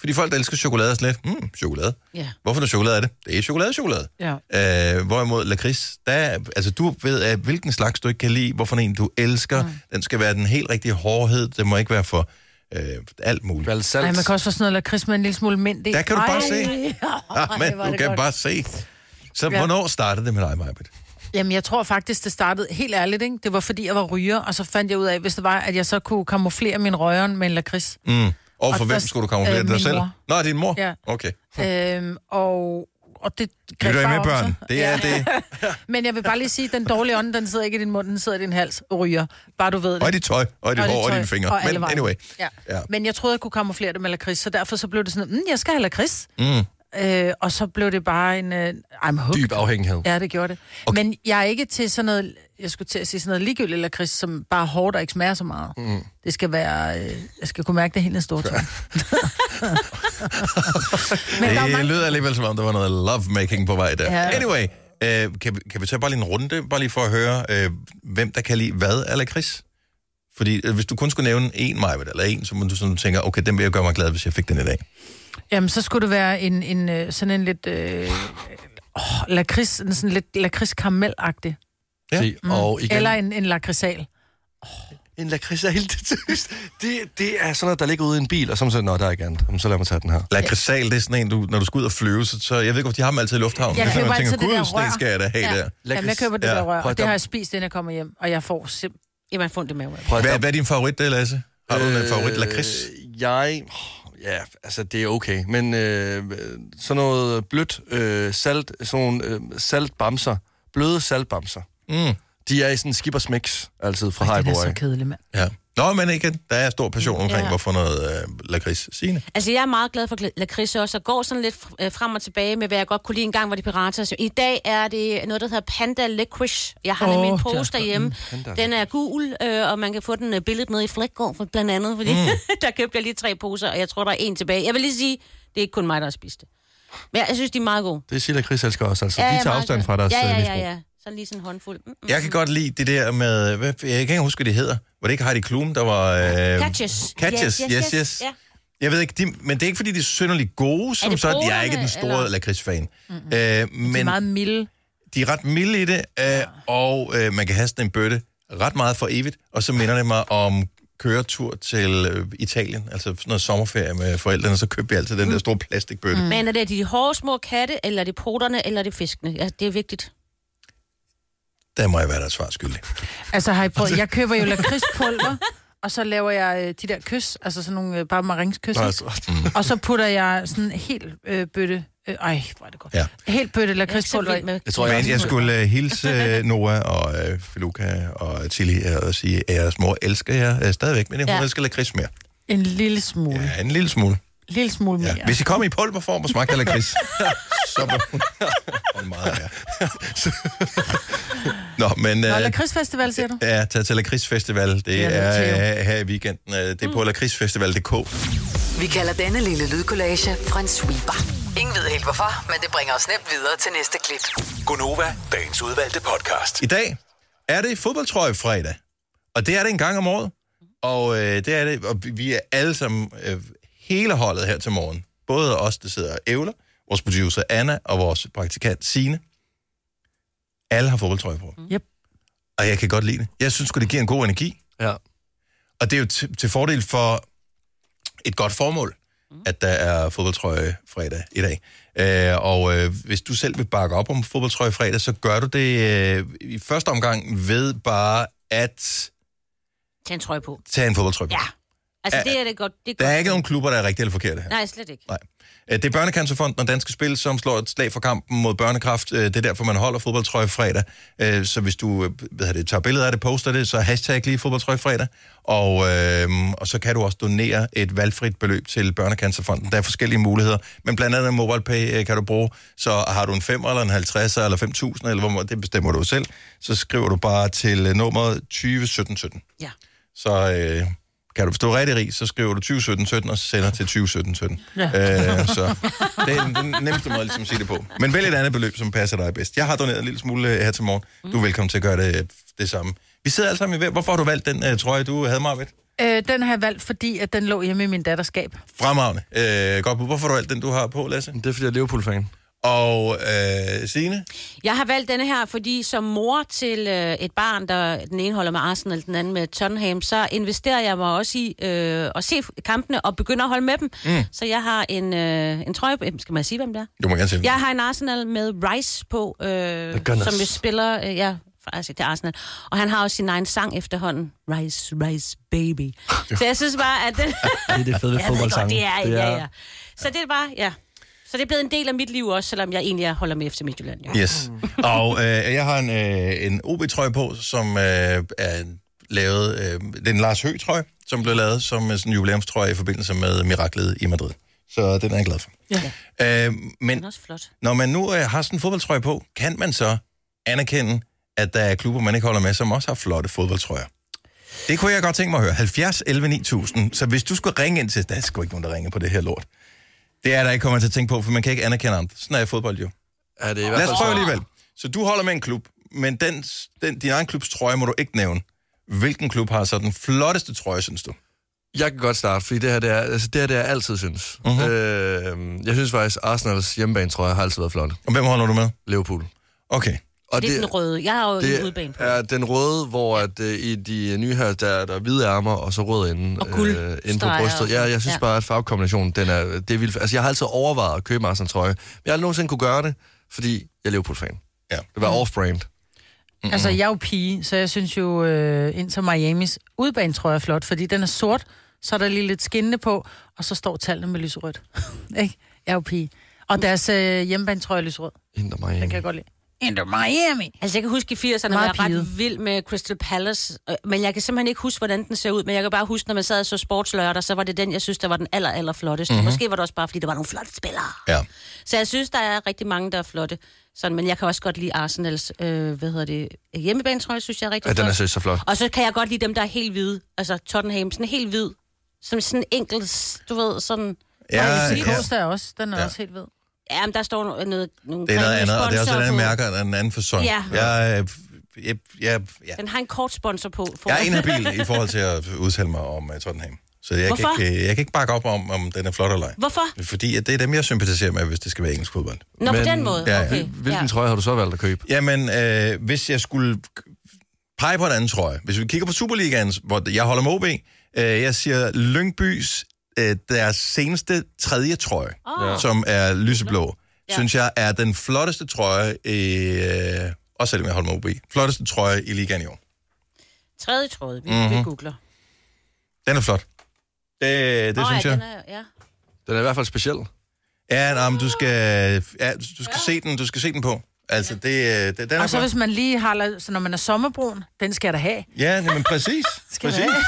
Speaker 1: Fordi folk, der elsker chokolade, er sådan lidt, mm, chokolade.
Speaker 2: ja.
Speaker 1: Hvorfor noget chokolade er det? Det er chokoladechokolade.
Speaker 4: Ja.
Speaker 1: Øh, hvorimod lakrids, der, er- altså du ved, at hvilken slags du ikke kan lide, hvorfor en du elsker. Mm. Den skal være den helt rigtige hårdhed. Det må ikke være for øh, alt muligt.
Speaker 3: Valsalt.
Speaker 4: Ej, man kan også få sådan noget lakrids med en lille smule mint i.
Speaker 1: Der kan du bare
Speaker 4: Ej,
Speaker 1: se. Ah, men
Speaker 4: hvor er
Speaker 1: du
Speaker 4: det
Speaker 1: kan
Speaker 4: godt.
Speaker 1: bare se. Så
Speaker 4: Ja.
Speaker 1: hvornår startede det med dig, Majbet?
Speaker 4: Jamen, jeg tror faktisk, det startede helt ærligt, ikke? Det var fordi, jeg var ryger, og så fandt jeg ud af, hvis det var, at jeg så kunne kamuflere min røgeren med en lakrids. Mm.
Speaker 1: Og
Speaker 4: Og
Speaker 1: for hvem
Speaker 4: først,
Speaker 1: skulle du komme øh,
Speaker 4: øh,
Speaker 1: dig
Speaker 4: min
Speaker 1: selv?
Speaker 4: mor.
Speaker 1: Nå, din mor?
Speaker 4: Ja.
Speaker 1: Okay.
Speaker 4: Øhm, og, og det greb
Speaker 1: Hm. Lytter I
Speaker 4: bare
Speaker 1: med,
Speaker 4: om
Speaker 1: børn?
Speaker 4: sig.
Speaker 1: Det er det.
Speaker 4: Men jeg vil bare lige sige, at den dårlige ånd, den sidder ikke i din mund, den sidder i din hals og ryger. Bare du ved det.
Speaker 1: Og i dit tøj, og i dit
Speaker 4: Og
Speaker 1: hår, og i
Speaker 4: tøj,
Speaker 1: dine fingre.
Speaker 4: og alle
Speaker 1: Men
Speaker 4: vejen.
Speaker 1: anyway.
Speaker 4: Ja.
Speaker 1: Ja.
Speaker 4: Ja. Men jeg troede, jeg kunne kamuflere det med lakrids, så derfor så blev det sådan, mm, jeg skal have lakrids. Mm. Øh, og så blev det bare en... Øh, I'm hooked.
Speaker 3: Dyb afhængighed.
Speaker 4: Ja, det gjorde det. Okay. Men jeg er ikke til sådan noget, jeg skulle til at sige sådan noget ligegyldigt lakrids, som bare er hårdt og ikke smager så meget. Mm. Det skal være, øh, jeg skal kunne mærke det helt en stor ting. Men der er jo
Speaker 1: Det
Speaker 4: mange,
Speaker 1: lyder alligevel, som om der var noget lovemaking på vej der.
Speaker 4: Ja.
Speaker 1: Anyway, øh, kan, vi- kan vi tage bare lige en runde, bare lige for at høre, øh, hvem der kan lide hvad af lakrids? Fordi øh, hvis du kun skulle nævne en Majbet, eller en, så må du sådan tænker, okay, den vil jeg gøre mig glad, hvis jeg fik den i dag.
Speaker 4: jamen så skulle det være en, en øh, sådan en lidt, øh, oh, lakrids, en sådan lidt lakrids karamelagtig
Speaker 1: Ja.
Speaker 3: Se, og igen,
Speaker 4: Mm. Eller en, en lakridsal.
Speaker 3: en lakrids er helt tyst. Det, det er sådan noget, der ligger ude i en bil, og så er man sådan, nå, der er ikke andet. Jamen, Så lad mig tage den her.
Speaker 1: Lakridsal, det er sådan en, du, når du skal ud og flyve, så, så jeg ved ikke, hvorfor de har dem altid i lufthavnen.
Speaker 4: Jeg
Speaker 1: det er sådan,
Speaker 4: køber
Speaker 1: man tænker,
Speaker 4: altid det der
Speaker 1: gud, sådan en
Speaker 4: rør."
Speaker 1: skal jeg da have der.
Speaker 4: Jamen, jeg køber det
Speaker 1: Ja.
Speaker 4: der rør,
Speaker 3: Prøv at
Speaker 4: og det har
Speaker 3: dam-
Speaker 4: jeg spist, inden jeg kommer hjem, og jeg får simpelthen
Speaker 2: Jamen, jeg får det med mig.
Speaker 3: Prøv at
Speaker 1: Hvad, hvad er din favorit, det, Lasse? Har du en favorit lakrids?
Speaker 3: Øh, Jeg... åh, Ja, altså det er okay, men øh, sådan noget blødt øh, salt, sådan nogle, øh, saltbamser, bløde saltbamser,
Speaker 1: Mm.
Speaker 3: de er i sådan en skippers mix altid fra
Speaker 4: Det
Speaker 3: Haribo.
Speaker 4: er så
Speaker 3: af.
Speaker 4: kedeligt, mand.
Speaker 1: Ja. Nå, men igen, der er stor passion omkring,
Speaker 2: Ja.
Speaker 1: hvorfor noget øh, lakrids. Signe?
Speaker 2: Altså, jeg er meget glad for gla- lakrids også, og går sådan lidt fr- øh, frem og tilbage med, hvad jeg godt kunne lide engang, var det piratas. I dag er det noget, der hedder Panda Licorice. Jeg har
Speaker 4: Åh,
Speaker 2: nemlig en
Speaker 4: det er
Speaker 2: pose
Speaker 4: også
Speaker 6: mm.
Speaker 4: godt.
Speaker 2: derhjemme. Den er gul, øh, og man kan få den øh, billedet nede i Flækgaard, for blandt andet, fordi mm. der købte jeg lige tre poser, og jeg tror, der er en tilbage. Jeg vil lige sige, det er ikke kun mig, der har spist det. Men jeg synes, de er meget gode.
Speaker 3: Det siger Chris elsker også, altså. de
Speaker 2: ja,
Speaker 3: tager
Speaker 2: meget
Speaker 3: afstand
Speaker 2: gode.
Speaker 3: fra deres
Speaker 2: Ja,
Speaker 3: øh,
Speaker 2: ja, ja,
Speaker 3: misbrug.
Speaker 2: ja. Sådan lige sådan en håndfuld. Mm, mm.
Speaker 1: Jeg kan godt lide det der med, hvad, jeg kan ikke engang huske, hvad det hedder. Var det ikke Heidi Klum, der var... Øh,
Speaker 2: Catches.
Speaker 1: Catches, yes, yes. yes.
Speaker 2: Ja.
Speaker 1: Jeg ved ikke, de, men det er ikke, fordi de er synderligt gode som
Speaker 2: det
Speaker 1: sådan. Jeg er
Speaker 2: brugerne,
Speaker 1: ikke den store
Speaker 2: eller?
Speaker 1: lakridsfan. Mm-hmm. Øh, men
Speaker 4: Det er meget milde.
Speaker 1: de er ret milde i det, øh, ja. og øh, man kan have sådan en bøtte ret meget for evigt. Og så minder det mig om køretur til øh, Italien, altså sådan noget sommerferie med forældrene, så købte vi altid den der store plastikbøtte. Mm.
Speaker 2: Men er det de hårde små katte, eller er det poterne, eller er det fiskene? Ja, det er vigtigt.
Speaker 1: Der må jeg være der et svar skyldig.
Speaker 4: Altså, har I prøvet? Jeg køber jo lakridspulver, og så laver jeg øh, de der kys, altså sådan nogle øh, bare maringskys,
Speaker 3: Nå,
Speaker 4: ikke?
Speaker 3: altså, mm.
Speaker 4: og så putter jeg sådan en hel øh, bøtte, øh, ej, hvor er det godt,
Speaker 1: Ja.
Speaker 4: ja. helt bøtte
Speaker 2: Jeg er ikke så
Speaker 4: lakridspulver
Speaker 2: vild
Speaker 4: i.
Speaker 2: med
Speaker 3: Jeg tror,
Speaker 1: Men
Speaker 3: jeg,
Speaker 1: jeg skulle uh, hilse øh, Noah og uh, Filuka og Tilly her og sige, at jeres mor elsker jer uh, stadigvæk, men hun ja.
Speaker 2: Ja.
Speaker 1: elsker lakrids mere.
Speaker 4: En lille smule, ja.
Speaker 1: Ja, en lille smule.
Speaker 4: lille smule mere.
Speaker 1: Ja. Hvis I kommer i pulverform og smagte af lakrids, så var hun og meget værd. Nå, men...
Speaker 4: Nå,
Speaker 1: øh,
Speaker 4: lakridsfestival, siger du?
Speaker 1: Ja, tag til lakridsfestival. Det
Speaker 4: Ja, Mm. det er
Speaker 1: er øh, her i weekenden. Øh, Det er på lakridsfestival.dk.
Speaker 5: Vi kalder denne lille lydkollage Frans sweeper. Ingen ved helt hvorfor, men det bringer os nemt videre til næste klip.
Speaker 7: Gunova, dagens udvalgte podcast.
Speaker 1: I dag er det fodboldtrøje fredag, og det er det en gang om året. Og øh, det er det, og vi- vi er alle sammen, øh, hele holdet her til morgen. Både os, der sidder og ævler, vores producer Anna og vores praktikant Sine. Alle har fodboldtrøje på. Mm.
Speaker 4: Yep.
Speaker 1: Og jeg kan godt lide det. Jeg synes sgu, det giver en god energi.
Speaker 3: Ja.
Speaker 1: Og det er jo til, til fordel for et godt formål, at der er fodboldtrøje fredag i dag. Øh, og øh, hvis du selv vil bakke op om fodboldtrøje fredag, så gør du det øh, i første omgang ved bare at
Speaker 2: Tag en trøje på.
Speaker 1: tage en fodboldtrøje på.
Speaker 2: Ja. Altså,
Speaker 1: Ja,
Speaker 2: det er det godt. Det
Speaker 1: Der
Speaker 2: godt.
Speaker 1: er ikke nogen klubber, der er rigtige eller forkerte her.
Speaker 2: Nej, slet ikke.
Speaker 1: Nej. Øh, Det er Børnecancerfonden og Danske Spil, som slår et slag for kampen mod børnekræft. Øh, Det er derfor, man holder fodboldtrøje fredag. Øh, Så hvis du øh, hvad hedder det, tager billeder af det, poster det, så hashtag lige fodboldtrøje fredag. Og, øh, og så kan du også donere et valgfrit beløb til Børnecancerfonden. Der er forskellige muligheder, men blandt andet MobilePay øh, kan du bruge. Så har du en 5 eller en 50 eller 5.000, eller hvor meget, det bestemmer du selv, så skriver du bare til øh, nummeret 201717
Speaker 2: Ja.
Speaker 1: så øh, kan du forstå rigtig rig, så skriver du 2017-17 og sender til 2017-17. Ja. Øh, så det er den, den nemmeste måde ligesom, at sige det på. Men vælg et andet beløb, som passer dig bedst. Jeg har doneret en lille smule øh, her til morgen. Du er velkommen til at gøre det, øh, det samme. Vi sidder alle sammen i hver. Hvorfor har du valgt den øh, trøje, du havde, Marvitt?
Speaker 4: Øh, den har jeg valgt, fordi at den lå hjemme i min datters skab.
Speaker 1: Fremragende. Øh, godt bud. Hvorfor har du valgt den, du har på, Lasse?
Speaker 3: Det er, fordi jeg er Liverpool-fan.
Speaker 1: Og øh, Signe?
Speaker 2: Jeg har valgt denne her, fordi som mor til øh, et barn, der den ene holder med Arsenal, den anden med Tottenham, så investerer jeg mig også i øh, at se kampene og begynder at holde med dem. Mm. Så jeg har en, øh, en trøje på. Jamen, Skal man sige, hvem det er?
Speaker 1: Du må gerne se den.
Speaker 2: Jeg har en Arsenal med Rice på, øh,
Speaker 3: Altså, Gunners.
Speaker 2: som jo spiller... Øh, ja, altså, det er Arsenal. Og han har også sin egen sang efterhånden. Rice, Rice, Baby. så jeg synes bare, at den...
Speaker 3: Det er det fede ved
Speaker 2: Jeg ved godt, det er, det er. Ja, ja. Så det er bare, ja. Så det er blevet en del af mit liv også, selvom jeg egentlig holder med FC Midtjylland. Jo.
Speaker 1: Yes. Og øh, jeg har en, øh, en OB-trøje på, som øh, er lavet... Øh, det er en Lars Høgh-trøje, som blev lavet som øh, sådan en jubilæumstrøje i forbindelse med miraklet i Madrid. Så den er jeg glad for. Ja. Øh,
Speaker 2: Den
Speaker 1: men
Speaker 2: er også flot.
Speaker 1: når man nu øh, har sådan en fodboldtrøje på, kan man så anerkende, at der er klubber, man ikke holder med, som også har flotte fodboldtrøjer? Det kunne jeg godt tænke mig at høre. 70 11 9000. Så hvis du skulle ringe ind til... Der er sgu ikke nogen, der ringer på det her lort. Det er der ikke kommer til at tænke på, for man kan ikke anerkende andre. Sådan er fodbold jo.
Speaker 3: Ja, det er i hvert
Speaker 1: Lad
Speaker 3: fald
Speaker 1: os prøve
Speaker 3: så-
Speaker 1: alligevel. Så du holder med en klub, men den, den, din egen klubs trøje må du ikke nævne. Hvilken klub har så den flotteste trøje, synes du?
Speaker 3: Jeg kan godt starte, fordi det her, det er, altså, det her, det er jeg altid synes. Uh-huh. Øh, jeg synes faktisk, Arsenals hjemmebane, tror jeg, har altid været flot.
Speaker 1: Og hvem holder du med?
Speaker 3: Liverpool.
Speaker 1: Okay.
Speaker 3: Og
Speaker 2: Det er den røde. Jeg har jo en udbane på.
Speaker 3: det er den røde, hvor at, øh, i de nye her, der, er der er hvide ærmer, og så rød inde,
Speaker 2: Og guld
Speaker 3: inde på
Speaker 2: streger.
Speaker 3: brystet. Ja, jeg synes
Speaker 2: Ja.
Speaker 3: ja. bare, at farvekombinationen, den er, det er vildt. Altså, jeg har altid overvejet at købe Arsenal trøje, men jeg har aldrig nogensinde kunne gøre det, fordi jeg er Liverpool-fan.
Speaker 1: Ja.
Speaker 3: Det var
Speaker 2: Mhm.
Speaker 3: off-brand. Mhm.
Speaker 4: Mm-hmm. Altså, jeg er jo pige, så jeg synes jo, øh, Inter Miamis udbane, tror jeg, er flot, fordi den er sort, så er der lige lidt skinnende på, og så står tallene med lyserødt. Ikke? Jeg er jo pige. Og deres øh, hjemmebane, tror jeg, er lyserød. Den
Speaker 3: Inter Miami.
Speaker 4: kan jeg godt lide. Inter Miami!
Speaker 2: Altså, jeg kan huske i 80'erne, var
Speaker 4: Meget
Speaker 2: jeg ret
Speaker 4: piget.
Speaker 2: vild med Crystal Palace, øh, men jeg kan simpelthen ikke huske, hvordan den ser ud, men jeg kan bare huske, når man sad og så sportslørdag, så var det den, jeg synes, der var den aller, aller flotteste.
Speaker 1: Mhm.
Speaker 2: Mm-hmm. Måske var det også bare, fordi der var nogle flotte spillere.
Speaker 1: Ja.
Speaker 2: Så jeg synes, der er rigtig mange, der er flotte. Sådan, men jeg kan også godt lide Arsenals, øh, hvad hedder det, hjemmebanetrøje, synes jeg er rigtig
Speaker 3: Ja,
Speaker 2: flot.
Speaker 3: den er seriøst så flot.
Speaker 2: Og så kan jeg godt lide dem, der er helt hvide. Altså Tottenham, sådan helt hvid. Som sådan en enkelt, du ved, sådan...
Speaker 1: Ja,
Speaker 4: Ja,
Speaker 1: ja.
Speaker 4: ja. er også, den er
Speaker 1: Ja.
Speaker 4: ja. også helt ved.
Speaker 2: Ja, men der står noget... noget nogle
Speaker 1: Det er noget
Speaker 2: grimme
Speaker 1: andet, og det er også
Speaker 2: sponsorer
Speaker 1: et andet
Speaker 2: på.
Speaker 1: mærke og en anden fasong.
Speaker 2: Ja.
Speaker 1: Jeg, øh, jeg, jeg, jeg,
Speaker 2: Den har en kort sponsor på. For...
Speaker 1: jeg er inhabil i forhold til at udtale mig om uh, Tottenham. Så jeg kan,
Speaker 2: Hvorfor?
Speaker 1: ikke, øh, jeg kan ikke bakke op om, om den er flot eller ej.
Speaker 2: Hvorfor?
Speaker 1: Fordi at det er dem, jeg sympatiserer med, hvis det skal være engelsk fodbold.
Speaker 2: Nå,
Speaker 3: Men-
Speaker 2: på den måde.
Speaker 1: Ja, ja.
Speaker 2: okay.
Speaker 3: Hvilken ja. trøje har du så valgt at købe?
Speaker 1: Jamen, øh, hvis jeg skulle pege på en anden trøje, hvis vi kigger på Superligaen, hvor jeg holder med OB, øh, jeg siger Lyngbys øh, deres seneste tredje trøje,
Speaker 2: Åh.
Speaker 1: oh. som er lyseblå, ja.
Speaker 2: Ah. Ja.
Speaker 1: synes jeg er den flotteste trøje, øh, også selvom jeg holder med OB, flotteste trøje i ligaen i år.
Speaker 2: Tredje tråd, vi,
Speaker 1: Mhm.
Speaker 2: mm-hmm. vi googler.
Speaker 1: Den er flot. Det, det
Speaker 2: Nå,
Speaker 1: synes
Speaker 2: ja,
Speaker 1: jeg.
Speaker 2: Den er, ja.
Speaker 3: Den er i hvert fald speciel.
Speaker 1: Ja, nå, men du skal, ja, du skal se den, du skal se den på. Altså, det, øh, det, den er
Speaker 4: Og så
Speaker 1: flot.
Speaker 4: hvis man lige har, la- så når man er sommerbrun, den skal jeg da have.
Speaker 1: Ja, men præcis.
Speaker 4: Skal
Speaker 1: præcis.
Speaker 4: være.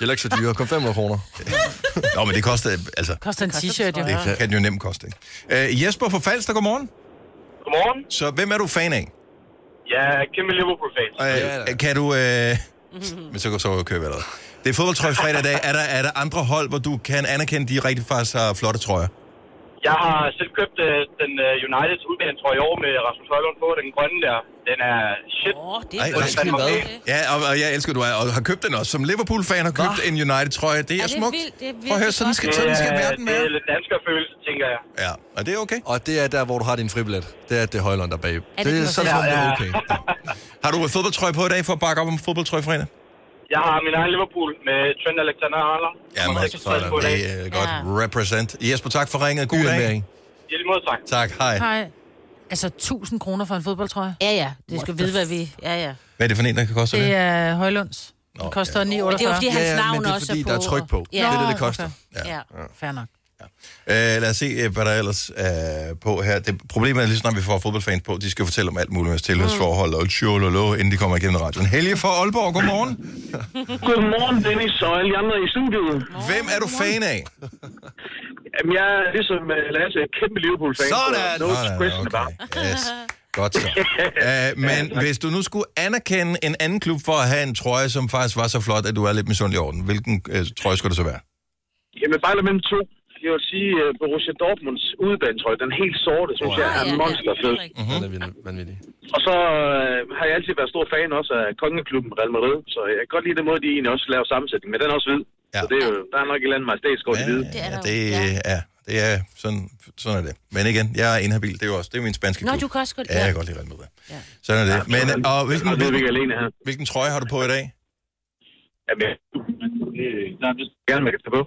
Speaker 3: De er ikke så dyre. Kom 500 kroner.
Speaker 1: Nå, men det koster, altså,
Speaker 4: Koster en t-shirt, jo.
Speaker 1: Det kan, kan den jo nemt koste, ikke? Øh, Jesper fra Falster, godmorgen.
Speaker 8: Godmorgen.
Speaker 1: Så hvem er du fan af?
Speaker 8: Jeg er kæmpe Liverpool-fan.
Speaker 1: Øh,
Speaker 3: da.
Speaker 1: kan du... Øh... Men så går så købe allerede. Det er fodboldtrøje fredag i dag. Er der, er der andre hold, hvor du kan anerkende, de rigtig faktisk har flotte trøjer?
Speaker 8: Jeg har selv købt øh, den øh, Uniteds udbanetrøje i år med Rasmus Højlund på, den grønne der. Den er shit.
Speaker 2: Åh, det
Speaker 1: Ej,
Speaker 2: er
Speaker 1: nej.
Speaker 2: godt.
Speaker 8: den
Speaker 3: Undskyld,
Speaker 8: var
Speaker 3: hvad?
Speaker 8: pæn.
Speaker 1: Ja, og, og jeg elsker, at du er, og har købt den også. Som Liverpool-fan har købt en United-trøje. Det er,
Speaker 2: det er
Speaker 1: smukt.
Speaker 2: vildt. Det er
Speaker 1: Prøv at høre,
Speaker 2: virkelig
Speaker 1: sådan skal,
Speaker 2: godt.
Speaker 1: sådan skal
Speaker 8: Det er-
Speaker 1: verden
Speaker 8: Det er
Speaker 1: være.
Speaker 8: lidt danskerfølelse, tænker jeg.
Speaker 1: Ja, og det er okay.
Speaker 3: Og det er der, hvor du har din fribillet. Det er, at det er Højlund, der er bag.
Speaker 2: det
Speaker 3: det er
Speaker 2: den
Speaker 3: sådan, som
Speaker 8: også?
Speaker 3: det
Speaker 8: Ja,
Speaker 3: er
Speaker 8: ja.
Speaker 3: okay.
Speaker 1: Har du en fodboldtrøje på i dag for at bakke op om fodboldtrøje fredag?
Speaker 8: Jeg har min egen Liverpool med Trent Alexander-Arnold.
Speaker 1: Ja, men sådan. altså, Det er øh, godt. Represent. Jesper, tak for ringet. God dag.
Speaker 3: Udlevering.
Speaker 8: I lige måde, tak.
Speaker 1: Tak, hej.
Speaker 4: Hej. Altså 1000 kroner for en fodboldtrøje.
Speaker 2: Ja, ja. Det skal vide, hvad vi... Ja, ja.
Speaker 1: Hvad er det for en, der kan koste det?
Speaker 4: Det er Højlunds.
Speaker 1: Nå,
Speaker 4: Den koster 9,48.
Speaker 2: Det er jo fordi,
Speaker 3: Ja,
Speaker 2: hans
Speaker 3: ja, men
Speaker 2: navn
Speaker 3: det er
Speaker 2: også
Speaker 3: fordi,
Speaker 2: på.
Speaker 3: der er tryk på.
Speaker 2: Ja.
Speaker 3: Det er det, det
Speaker 4: Nå,
Speaker 3: koster.
Speaker 2: Okay. Ja.
Speaker 4: Fair nok.
Speaker 1: Øh, lad os se, øh, hvad der ellers er på her. Det, problemet er, lige så snart vi får fodboldfans på, de skal fortælle om alt muligt med tilhørsforhold og tjololo, inden de kommer igennem radioen. Helge fra Aalborg, godmorgen.
Speaker 8: Godmorgen, Dennis og alle andre i studiet.
Speaker 1: Hvem er du fan af?
Speaker 8: Jamen, jeg er ligesom øh, Lasse, et kæmpe Liverpool-fan.
Speaker 3: Sådan!
Speaker 8: No
Speaker 1: Sådan,
Speaker 8: question about.
Speaker 1: Yes. Godt så. Uh, men hvis du nu skulle anerkende en anden klub for at have en trøje, som faktisk var så flot, at du er lidt misundelig over den, hvilken uh, trøje skulle det så være?
Speaker 8: Jamen, bare mellem to. Jeg vil sige, uh, Borussia Dortmunds udebanetrøje, den helt sorte, synes jeg er
Speaker 2: Ja, ja.
Speaker 8: monsterfed.
Speaker 3: Den er vild- vanvittig.
Speaker 8: Og så øh, har jeg altid været stor fan også af kongeklubben Real Madrid, så jeg kan godt lide den måde, de egentlig også laver sammensætning, men den er også hvid.
Speaker 1: Ja.
Speaker 8: Ja. Så det er jo, der er nok et eller andet majestætsgård i hvide.
Speaker 2: Det er der jo.
Speaker 1: det,
Speaker 2: Ja.
Speaker 1: ja, det er sådan, sådan er det. Men igen, jeg er inhabil, det er jo også, det er min spanske
Speaker 2: Nå,
Speaker 1: klub.
Speaker 2: du kan også godt
Speaker 1: Ja, jeg
Speaker 2: lide.
Speaker 1: kan godt lide Real Madrid. Ja. Sådan er det. Men, og hvilken,
Speaker 8: Og det er vi
Speaker 1: hvilken,
Speaker 8: ikke alene her.
Speaker 1: hvilken trøje har du på i dag?
Speaker 8: Jamen, jeg- det- der er vist gerne, man kan tage på.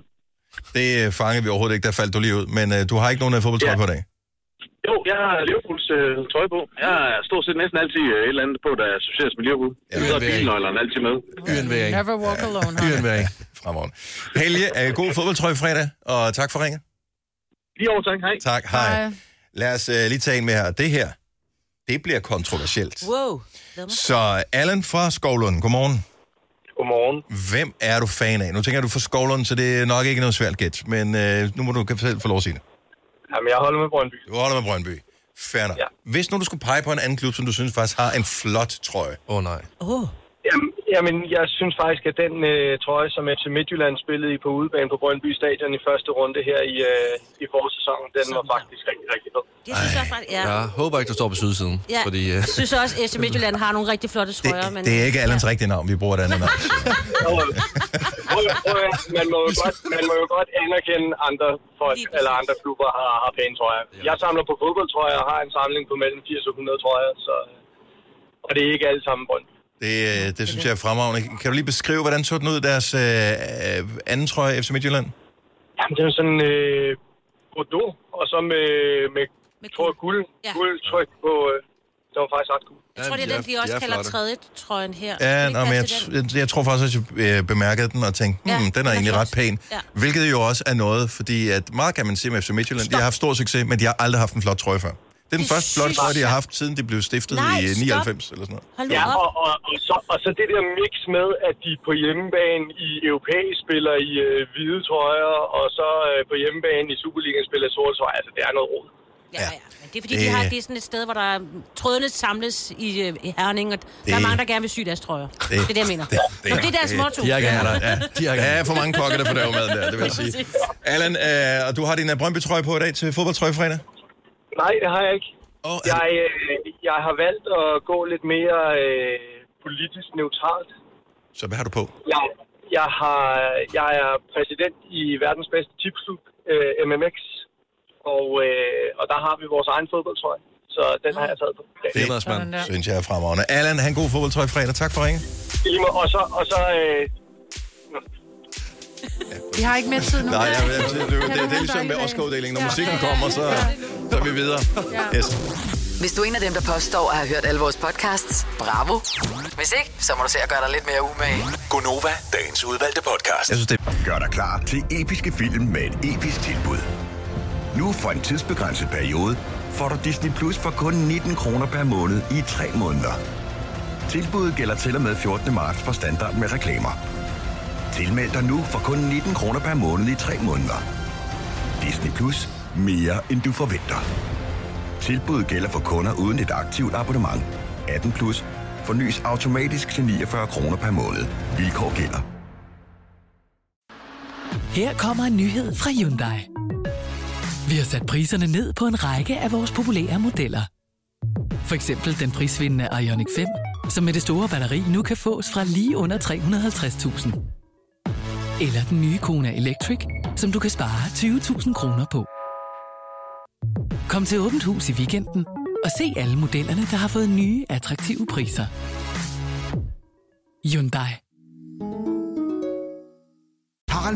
Speaker 1: Det øh, fangede vi overhovedet ikke, der faldt du lige ud. Men øh, du har ikke nogen øh, fodboldtrøje
Speaker 8: Ja.
Speaker 1: på i dag.
Speaker 8: Jo, jeg har Liverpools øh, tøj på. Jeg har stort set næsten altid øh, et eller andet på, der associeres med Liverpool.
Speaker 1: Ja,
Speaker 8: Ja, så er
Speaker 3: det er-
Speaker 8: bilnøglerne altid med.
Speaker 3: Uanværing.
Speaker 4: Never walk alone. Høj.
Speaker 3: Uanværing.
Speaker 1: Fremover. Helge, øh, god fodboldtrøje fredag, og tak for ringet.
Speaker 8: Lige over, tak. Hej.
Speaker 1: Tak, hej. hej. Lad os øh, lige tage en med her. Det her, det bliver kontroversielt.
Speaker 2: Wow.
Speaker 1: Så Allan fra Skovlund, godmorgen.
Speaker 8: Godmorgen.
Speaker 1: Hvem er du fan af? Nu tænker jeg, du er fra Skovlund, så det er nok ikke noget svært gæt, men øh, nu må du selv få lov at sige det.
Speaker 8: Jamen, jeg holder med Brøndby.
Speaker 1: Du holder med Brøndby. Fair nok.
Speaker 8: Ja.
Speaker 1: Hvis nu du skulle pege på en anden klub, som du synes faktisk har en flot trøje.
Speaker 3: Åh, oh, nej.
Speaker 2: Åh.
Speaker 8: Jamen, jamen, jeg synes faktisk, at den øh, trøje, som FC Midtjylland spillede i på udebane på Brøndby Stadion i første runde her i, øh, i forårssæsonen, den var faktisk rigtig, rigtig fed.
Speaker 2: Det synes jeg faktisk... Ja.
Speaker 3: Jeg håber ikke, du står på sydsiden.
Speaker 2: Ja,
Speaker 3: Fordi,
Speaker 2: jeg
Speaker 3: uh,
Speaker 2: synes også, at FC Midtjylland har nogle rigtig flotte trøjer, men...
Speaker 1: øh,
Speaker 2: Ah,
Speaker 1: Det, det er ikke Allans rigtige navn, vi bruger et andet navn.
Speaker 8: Prøv at- prøv at- prøv at- man, må jo godt, man må jo godt anerkende andre folk,
Speaker 2: Lige præcis.
Speaker 8: eller andre klubber har, har pæne trøjer. Jeg samler på fodboldtrøjer og har en samling på mellem 80 og 100 trøjer, så, øh, og det er ikke alle sammen Brøndby.
Speaker 1: Det, øh, det synes jeg er fremragende. Kan du lige beskrive, hvordan så den ud, deres øh, øh, anden trøje, FC Midtjylland?
Speaker 8: Jamen, det er jo sådan øh, Bordeaux, og så med, med,
Speaker 2: Med
Speaker 8: med tror, jeg, guld,
Speaker 2: Ja.
Speaker 8: ja. guldtryk på... Øh, det var faktisk ret cool.
Speaker 2: Jeg tror, det er
Speaker 3: Ja,
Speaker 2: den, de også
Speaker 3: de er
Speaker 2: kalder
Speaker 3: flotte.
Speaker 2: tredje trøjen her. Skal
Speaker 1: Ja,
Speaker 2: vi
Speaker 1: nå, men
Speaker 2: passe
Speaker 1: jeg,
Speaker 2: til den?
Speaker 1: jeg, jeg tror faktisk, at jeg øh, bemærkede den og tænkte, hmm,
Speaker 2: Ja,
Speaker 1: ja, den
Speaker 2: den
Speaker 1: er
Speaker 2: er
Speaker 1: egentlig
Speaker 2: flot.
Speaker 1: ret pæn. Ja.
Speaker 2: Ja.
Speaker 1: Hvilket jo også er noget, fordi at meget kan man sige med FC Midtjylland, de har haft stor succes, men de har aldrig haft en flot trøje før. Det er den
Speaker 2: Det
Speaker 1: første flotte
Speaker 2: synes
Speaker 1: trøje, de har
Speaker 2: jeg-
Speaker 1: haft, siden de blev stiftet
Speaker 2: Nej,
Speaker 1: i øh,
Speaker 2: stop.
Speaker 1: 99 eller sådan noget.
Speaker 2: Hold nu
Speaker 8: Ja,
Speaker 2: op.
Speaker 8: og, og, og, så, og så det der mix med, at de på hjemmebane i europæisk spiller i øh, hvide trøjer, og så øh, på hjemmebane i Superligaen spiller i sorte trøjer. Altså, det er noget råd.
Speaker 2: Ja, ja. Men det er fordi,
Speaker 1: Det-
Speaker 2: de har, det er sådan et sted, hvor der er- trådene samles i, øh, i herning, og der er mange, der gerne vil sy deres trøjer. Det, det er det, jeg mener. Det, det, det er deres motto.
Speaker 3: de er ikke her.
Speaker 1: Ja,
Speaker 3: De er ikke
Speaker 1: ja, for mange kokke, der får der med der, det vil jeg sige. Allan, øh, og du har din øh, Brøndby-trøje på i dag til fodboldtrøjefredag?
Speaker 8: Nej, det har jeg ikke.
Speaker 1: Og,
Speaker 8: Jeg, øh, jeg har valgt at gå lidt mere øh, politisk neutralt.
Speaker 1: så hvad har du på?
Speaker 8: Jeg, jeg, har, jeg er præsident i verdens bedste tipsklub, øh, MMX, og, øh, og der har vi vores egen fodboldtrøje. Så den har jeg taget på. i dag.
Speaker 3: Det er meget smart.
Speaker 4: Sådan der.
Speaker 1: synes jeg er fremragende. Allan, han god fodboldtrøje fredag. Tak for ringen.
Speaker 8: I lige måde. Og så, og så øh,
Speaker 4: Vi har ikke mere tid nu.
Speaker 1: Nej, jeg, jeg, det, det, det, det er
Speaker 4: have
Speaker 1: ligesom
Speaker 4: en
Speaker 1: med
Speaker 4: dejlig
Speaker 1: Oscar-uddelingen. Når
Speaker 4: dag?
Speaker 1: musikken
Speaker 4: Ja, ja,
Speaker 1: kommer, så, så er vi videre. Yes.
Speaker 5: Hvis du er en af dem, der påstår at have hørt alle vores podcasts, bravo. Hvis ikke, så må du se at gøre dig lidt mere umage.
Speaker 7: Gonova, dagens udvalgte podcast.
Speaker 1: Jeg synes, det
Speaker 9: Gør dig klar til episke film med et episk tilbud. Nu for en tidsbegrænset periode får du Disney Plus for kun 19 kroner per måned i 3 måneder. Tilbuddet gælder til og med 14. marts for standard med reklamer. Tilmeld dig nu for kun 19 kroner per måned i 3 måneder. Disney Plus. Mere end du forventer. Tilbuddet gælder for kunder uden et aktivt abonnement. 18 plus. Fornyes automatisk til 49 kroner per måned. Vilkår gælder.
Speaker 5: Her kommer en nyhed fra Hyundai.
Speaker 10: Vi har sat priserne ned på en række af vores populære modeller. For eksempel den prisvindende Ioniq 5, som med det store batteri nu kan fås fra lige under 350.000. Eller den nye Kona Electric, som du kan spare 20.000 kroner på. Kom til Åbent Hus i weekenden og se alle modellerne, der har fået nye, attraktive priser. Hyundai.
Speaker 11: Harald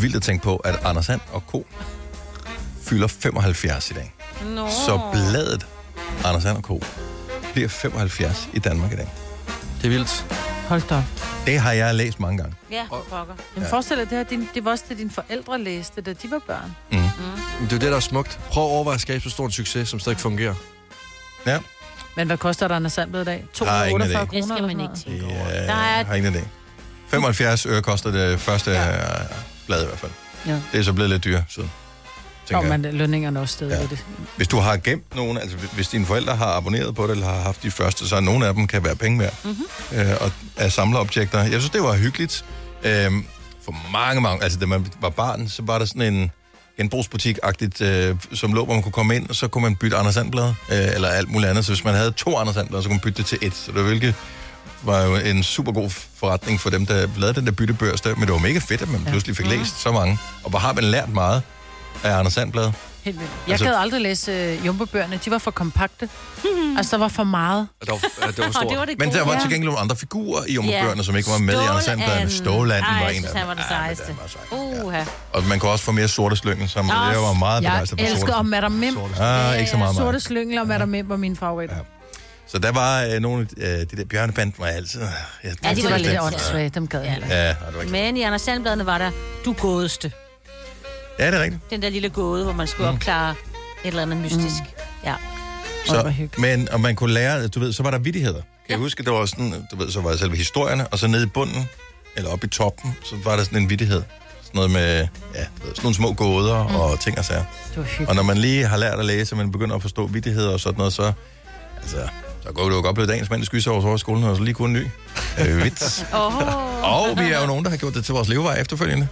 Speaker 1: Vildt at tænke på, at Anders Sand og Co. fylder 75 i dag.
Speaker 2: Nå.
Speaker 1: Så bladet Anders Sand og Co. bliver 75 i Danmark i dag.
Speaker 3: Det er vildt.
Speaker 4: Hold da
Speaker 1: Det har jeg læst mange gange.
Speaker 2: Ja, for pokker.
Speaker 4: Jamen,
Speaker 1: Ja.
Speaker 4: forestil dig, det, her, din, det var også det, dine forældre læste, da de var børn.
Speaker 1: Mm. Mm.
Speaker 3: Det er jo det, der er smukt. Prøv at overveje at skabe så stor en succes, som stadig fungerer.
Speaker 1: Ja.
Speaker 4: Men hvad koster der en sandblad i dag?
Speaker 1: Har ingen idé.
Speaker 4: 248 kroner?
Speaker 1: Det
Speaker 4: skal man ikke
Speaker 2: tænke
Speaker 1: Ja,
Speaker 4: Der er-
Speaker 1: har ingen idé. 75 øre koster det første ja. blad i hvert fald.
Speaker 4: Ja.
Speaker 1: Det er så blevet lidt dyrt siden.
Speaker 4: Nå,
Speaker 1: tænker jeg.
Speaker 4: men lønningerne er også stedet ja. ved det.
Speaker 1: Hvis du har gemt nogen, altså hvis dine forældre har abonneret på det, eller har haft de første, så er nogle af dem kan være penge værd. Mm-hmm. Øh, og er samlerobjekter. Jeg synes, det var hyggeligt. Øh, for mange, mange... Altså, da man var barn, så var der sådan en genbrugsbutik-agtigt, øh, som lå, hvor man kunne komme ind, og så kunne man bytte Anders Sandblad, øh, eller alt muligt andet. Så hvis man havde to Anders Sandblad, så kunne man bytte det til et. Så det var, hvilket var jo en super god forretning for dem, der lavede den der byttebørs der. Men det var mega fedt, at man ja. pludselig fik læst så mange. Og hvor har man lært meget af Anders Sandblad?
Speaker 4: Helt vildt.
Speaker 1: Altså-
Speaker 4: Jeg altså... gad aldrig læse øh, jumbobøgerne. De var for kompakte. altså, der var for meget.
Speaker 3: Det var, det var
Speaker 4: stort. Det var det
Speaker 1: Men der
Speaker 4: gode,
Speaker 1: var
Speaker 4: ja.
Speaker 1: til gengæld nogle andre figurer i
Speaker 2: Ja.
Speaker 1: Jomfrubørnene, som ikke var med i Anders Sandbladene. Stålanden
Speaker 2: Ej,
Speaker 1: var
Speaker 2: jeg
Speaker 1: en
Speaker 2: synes,
Speaker 1: af
Speaker 2: han
Speaker 1: dem.
Speaker 2: var det sejeste. Uha.
Speaker 1: Og man kunne også få mere sorte slyngel sammen.
Speaker 4: Nå,
Speaker 1: Jeg var meget
Speaker 4: jeg
Speaker 1: begejstret for sorte
Speaker 4: elsker om Madame Mim.
Speaker 1: Ah, ikke så meget mig.
Speaker 4: Sorte slyngler og Madame Mim var min favorit. Ja,
Speaker 1: Så der var øh, nogle af øh, de der bjørneband, var jeg altid... øh, Jeg,
Speaker 2: Ja, de var lidt
Speaker 4: åndssvage. Dem gad jeg heller
Speaker 1: Ja, nej, det var ikke.
Speaker 2: Men i Anders Sandbladene var der Du Gådeste.
Speaker 1: Ja, det er rigtigt.
Speaker 2: Den der lille gåde, hvor man skulle
Speaker 1: Mm.
Speaker 2: opklare et eller andet mystisk. Ja.
Speaker 1: Så, men og man kunne lære, du ved, så var der vittigheder. Kan jeg huske, der var sådan, du ved, så var der selve historierne, og så nede i bunden, eller oppe i toppen, så var der sådan en vittighed. Sådan noget med, ja, du ved, sådan nogle små gåder mm. og ting og sager.
Speaker 4: Det var hyggeligt.
Speaker 1: Og når man lige har lært at læse, og man begynder at forstå vittigheder og sådan noget, så, altså, så går det jo godt blive dagens mand i skysovs over i skolen, og så lige kunne en ny øh, vits. og vi er jo nogen, der har gjort det til vores levevej efterfølgende.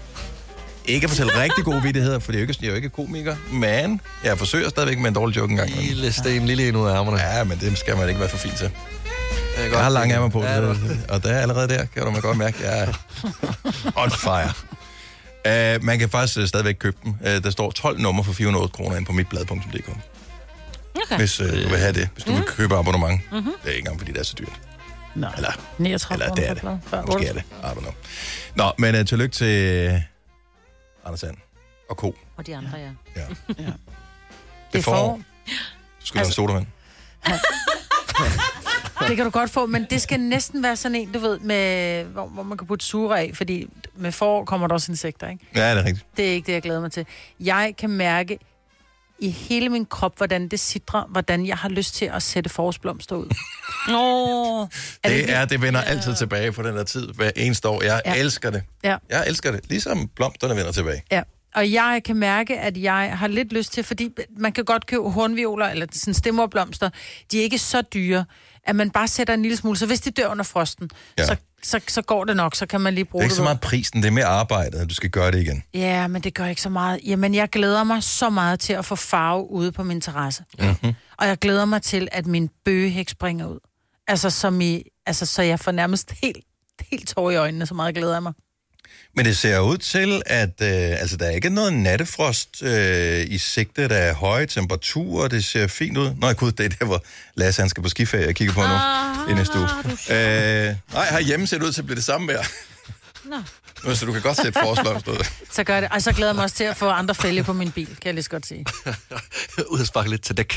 Speaker 1: Ikke at fortælle rigtig gode vittigheder, for det er jo ikke, jeg er jo ikke komiker, men jeg forsøger stadigvæk med en dårlig joke engang. Lille sten, lille en ud af ærmerne. Ja, men det skal man ikke være for fin til. Jeg, jeg har lange ærmer på, ja, og der er allerede der, kan du man godt mærke, jeg er on fire. Uh, man kan faktisk uh, stadigvæk købe dem. Uh, der står 12 numre for 408 kroner ind på mitblad.dk, okay. hvis uh, du vil have det. Hvis du mm. vil købe abonnement.
Speaker 2: Mhm.
Speaker 1: Mm-hmm. Det er ikke engang, fordi det er så dyrt.
Speaker 4: Nej.
Speaker 1: Eller,
Speaker 4: 39
Speaker 1: eller det er det.
Speaker 4: kroner for et blad.
Speaker 1: Måske er det. I don't know. Nå, men uh, tillykke til uh, Anders Sand og Co.
Speaker 2: Og de andre, ja.
Speaker 1: Ja.
Speaker 2: ja.
Speaker 1: Det er forår. Du skal altså... have en sodavand.
Speaker 4: Det kan du godt få, men det skal næsten være sådan en, du ved, med, hvor, hvor man kan putte sure af, fordi med forår kommer der også insekter, ikke?
Speaker 1: Ja, det er rigtigt.
Speaker 4: Det er ikke det, jeg glæder mig til. Jeg kan mærke i hele min krop, hvordan det sidder, hvordan jeg har lyst til at sætte forårsblomster ud. Nå, er
Speaker 1: Det, det er, det vender altid tilbage på den her tid, hver eneste år. Jeg ja. elsker det.
Speaker 4: Ja.
Speaker 1: Jeg elsker det. Ligesom blomsterne vender tilbage.
Speaker 4: Ja, og jeg kan mærke, at jeg har lidt lyst til, fordi man kan godt købe hornvioler eller sådan stemmerblomster. De er ikke så dyre, at man bare sætter en lille smule. Så hvis de dør under frosten,
Speaker 1: Ja.
Speaker 4: ja. så, så, så går det nok, så kan man lige bruge
Speaker 1: Det er ikke så
Speaker 4: ved.
Speaker 1: meget prisen, det er mere arbejdet, at du skal gøre det igen.
Speaker 4: Ja, men det gør ikke så meget. Jamen, jeg glæder mig så meget til at få farve ude på min terrasse.
Speaker 1: Mm-hmm.
Speaker 4: Og jeg glæder mig til, at min bøgehæk springer ud. Altså, som i, altså så jeg får nærmest helt, helt tår i øjnene, så meget glæder jeg mig.
Speaker 1: Men det ser ud til, at øh, altså, der er ikke noget nattefrost øh, i sigte. Der er høje temperaturer, det ser fint ud. Nå, gud, det er der, hvor Lasse han skal på skiferie, jeg kigger på nu
Speaker 6: Ah,
Speaker 1: i næste uge.
Speaker 6: du
Speaker 1: Øh, nej, herhjemme ser det ud til at blive det samme vejr.
Speaker 4: Nå.
Speaker 1: Nå, Så du kan godt sætte forårsblomster ud.
Speaker 4: Så gør det. Og så glæder jeg mig også til at få andre fælge på min bil, kan jeg lige så godt sige.
Speaker 3: ud og sparke lidt til dæk.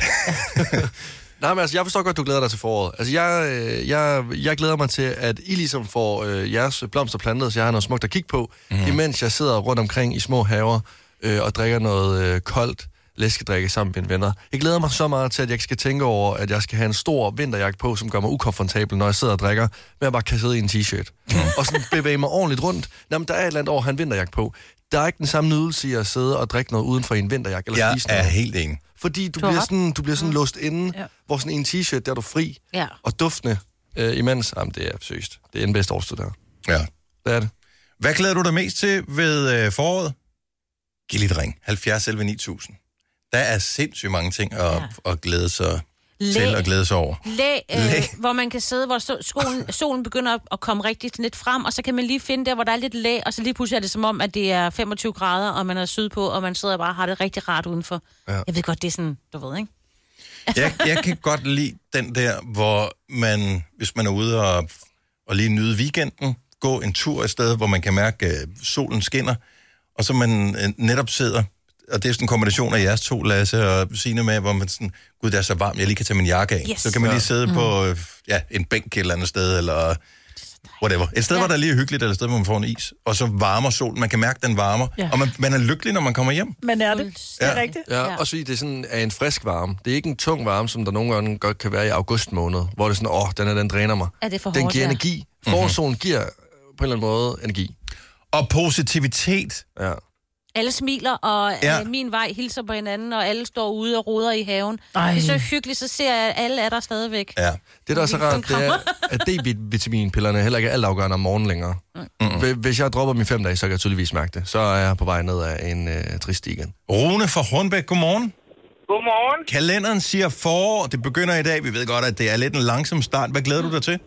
Speaker 3: Nej, men altså, jeg forstår godt, du glæder dig til foråret. Altså, jeg, øh, jeg, jeg glæder mig til, at I ligesom får øh, jeres blomster plantet, så jeg har noget
Speaker 1: Mhm.
Speaker 3: smukt at kigge på, mm. imens jeg sidder rundt omkring i små haver øh, og drikker noget øh, koldt læskedrikke sammen med mine venner. Jeg glæder mig så meget til, at jeg ikke skal tænke over, at jeg skal have en stor vinterjagt på, som gør mig ukomfortabel, når jeg sidder og drikker, men jeg bare kan sidde i en t-shirt.
Speaker 1: Mhm.
Speaker 3: og sådan bevæge mig ordentligt rundt. Jamen, der er et eller andet over, han vinterjagt på. Der er ikke den samme nydelse i at sidde og drikke noget uden for en vinterjakke. Eller
Speaker 1: Jeg
Speaker 3: spise
Speaker 1: er
Speaker 3: noget.
Speaker 1: helt enig.
Speaker 3: Fordi du,
Speaker 1: Du har
Speaker 3: bliver
Speaker 1: ret.
Speaker 3: sådan, du bliver sådan låst inde, ja. hvor sådan en t-shirt, der er du fri
Speaker 2: Ja.
Speaker 3: og duftende øh, imens. Jamen, det er seriøst. Det er den bedste årstid der.
Speaker 1: Ja.
Speaker 3: Det er det.
Speaker 1: Hvad glæder du dig mest til ved øh, foråret? Giv lidt ring. 70 11 9000. Der er sindssygt mange ting at, ja. at glæde sig
Speaker 2: Læ.
Speaker 1: til og glæde sig over.
Speaker 2: Læ,
Speaker 1: Læ.
Speaker 2: øh, hvor man kan sidde, hvor so- skolen, solen begynder at- at komme rigtig sådan lidt frem, og så kan man lige finde der, hvor der er lidt læ, og så lige pludselig er det som om, at det er 25 grader, og man er sydpå, og man sidder og bare har det rigtig rart udenfor.
Speaker 1: Ja.
Speaker 2: Ja. Jeg ved godt, det er sådan, du ved, ikke?
Speaker 1: Jeg, jeg kan godt lide den der, hvor man, hvis man er ude og, og lige nyde weekenden, gå en tur et sted, hvor man kan mærke, at solen skinner, og så man øh, netop sidder, og det er sådan en kombination af jeres to, Lasse og Signe med, hvor man sådan, gud, det er så varmt, jeg lige kan tage min jakke af.
Speaker 6: Yes.
Speaker 1: Så kan man lige
Speaker 6: Ja.
Speaker 1: sidde mm. på øh, ja, en bænk et eller andet sted, eller whatever. Et sted, ja. hvor der lige er hyggeligt, eller et sted, hvor man får en is, og så varmer solen, man kan mærke, den varmer,
Speaker 4: Ja.
Speaker 1: ja. og man, man er lykkelig, når man kommer hjem.
Speaker 4: Men er det? Det er rigtigt.
Speaker 3: Ja, ja. også fordi det er sådan er en frisk varme. Det er ikke en tung varme, som der nogle gange godt kan være i august måned, hvor det er sådan, åh, oh, den her, den dræner mig.
Speaker 2: Er det for
Speaker 3: den
Speaker 2: hårdt,
Speaker 3: giver
Speaker 2: ja?
Speaker 3: energi. Forårssolen giver på en eller anden måde energi.
Speaker 1: Mhm. Og positivitet.
Speaker 3: Ja.
Speaker 2: Alle smiler, og
Speaker 1: Ja.
Speaker 2: ja. øh, min vej hilser på hinanden, og alle står ude og roder i haven.
Speaker 3: Ej.
Speaker 2: Ej. Det er så hyggeligt, så ser jeg, at alle er der stadigvæk.
Speaker 1: Ja.
Speaker 3: Det, der er så
Speaker 2: Lige
Speaker 3: rart, det er,
Speaker 2: sådan
Speaker 3: at D-vitaminpillerne heller ikke er altafgørende om morgenen længere. Mm. Hvis jeg dropper min fem dage, så kan jeg tydeligvis mærke det. Så er jeg på vej ned ad en øh, trist igen.
Speaker 1: Rune fra Hornbæk, godmorgen.
Speaker 12: Godmorgen.
Speaker 1: Kalenderen siger forår, det begynder i dag. Vi ved godt, at det er lidt en langsom start. Hvad glæder du dig til?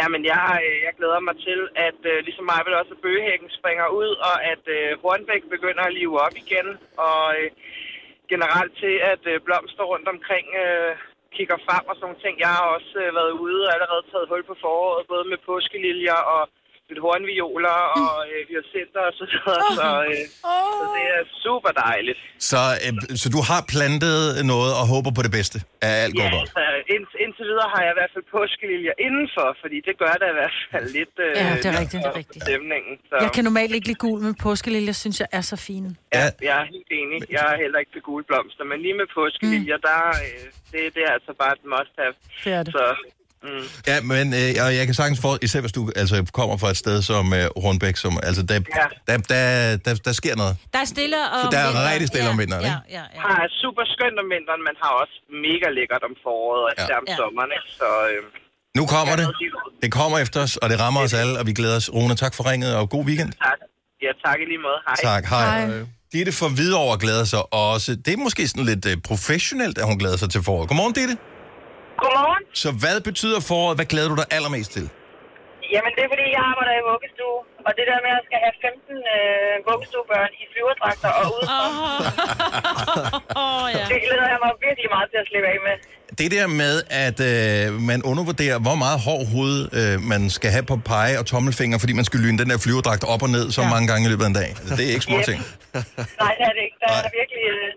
Speaker 12: Jamen, jeg, øh, jeg glæder mig til, at øh, ligesom mig vil også, at bøgehækken springer ud, og at øh, Hornbæk begynder at live op igen, og øh, generelt til, at øh, blomster rundt omkring øh, kigger frem og sådan nogle ting. Jeg har også øh, været ude og allerede taget hul på foråret, både med påskeliljer og lidt hornvioler og øh, hyacinter og så videre, så, øh, så det er super dejligt.
Speaker 1: Så, øh, så du har plantet noget og håber på det bedste, at alt går
Speaker 12: Ja,
Speaker 1: godt.
Speaker 12: altså, ind, indtil videre har jeg i hvert fald påskeliljer indenfor, fordi det gør da i hvert fald lidt øh,
Speaker 4: Ja, det er rigtigt,
Speaker 12: det er rigtigt. stemningen. Så
Speaker 4: Jeg kan normalt ikke lide gul, men påskeliljer synes jeg er så fine.
Speaker 12: ja, jeg er helt enig. Jeg er heller ikke til gule blomster, men lige med påskeliljer, mm. der, øh, det, det er altså bare et must-have.
Speaker 4: Det er det.
Speaker 12: Så, mm.
Speaker 1: Ja, men øh, og jeg kan sagtens for, især hvis du altså, kommer fra et sted som øh, Hornbæk, som, altså, der, ja. der, der, der, der sker noget.
Speaker 2: Der er stille om
Speaker 1: Der er
Speaker 2: vinteren.
Speaker 1: rigtig stille om vinteren,
Speaker 2: ja,
Speaker 1: ikke?
Speaker 2: ja, ja.
Speaker 12: Har super skønt om vinteren, men har også mega lækkert om foråret og især om
Speaker 2: Ja.
Speaker 12: sommeren. Ikke? Så øh,
Speaker 1: Nu kommer det. Det kommer efter os, og det rammer os alle, og vi glæder os. Rune, tak for ringet, og god weekend.
Speaker 12: tak. Ja, tak i lige måde. Hej.
Speaker 1: Tak, hej. hej. Ditte fra Hvidovre glæder sig også. Det er måske sådan lidt øh, professionelt, at hun glæder sig til foråret. Godmorgen, Ditte.
Speaker 13: Godmorgen.
Speaker 1: Så hvad betyder foråret? Hvad glæder du dig allermest til?
Speaker 13: Jamen, det er fordi, jeg arbejder i vuggestue, og det der med, at jeg skal have 15 øh, vuggestuebørn i flyverdragter og ud. oh, ja. Det glæder jeg mig virkelig meget til at slippe af med.
Speaker 1: Det der med, at øh, man undervurderer, hvor meget hård hoved øh, man skal have på pege og tommelfinger, fordi man skal lyne den der flyverdragt op og ned så ja. mange gange i løbet af en dag. Altså, det er ikke små
Speaker 13: Ja.
Speaker 1: ting.
Speaker 13: Nej, det er det ikke. Der er virkelig... øh,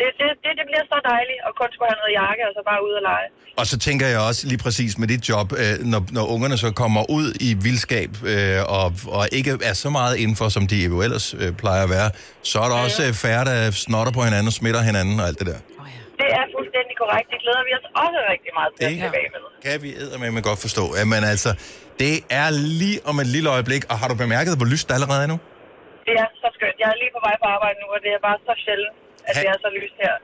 Speaker 13: Det, det, det, det bliver så dejligt at kun skulle have noget jakke og så bare ud og lege.
Speaker 1: Og så tænker jeg også lige præcis med dit job, øh, når, når ungerne så kommer ud i vildskab øh, og, og ikke er så meget indenfor, som de jo ellers øh, plejer at være, så er der også øh, færre, der snotter på hinanden, smitter hinanden og alt det der.
Speaker 13: Det er fuldstændig korrekt. Det glæder vi os også rigtig meget til at
Speaker 1: Det
Speaker 13: slippe af med.
Speaker 1: kan vi eddermame godt forstå. Ja, men altså, det er lige om et lille øjeblik, og har du bemærket, hvor lyst det allerede er nu?
Speaker 13: Det er så skønt. Jeg er lige på vej på arbejde nu, og det er bare så sjældent, at det er så lyst her.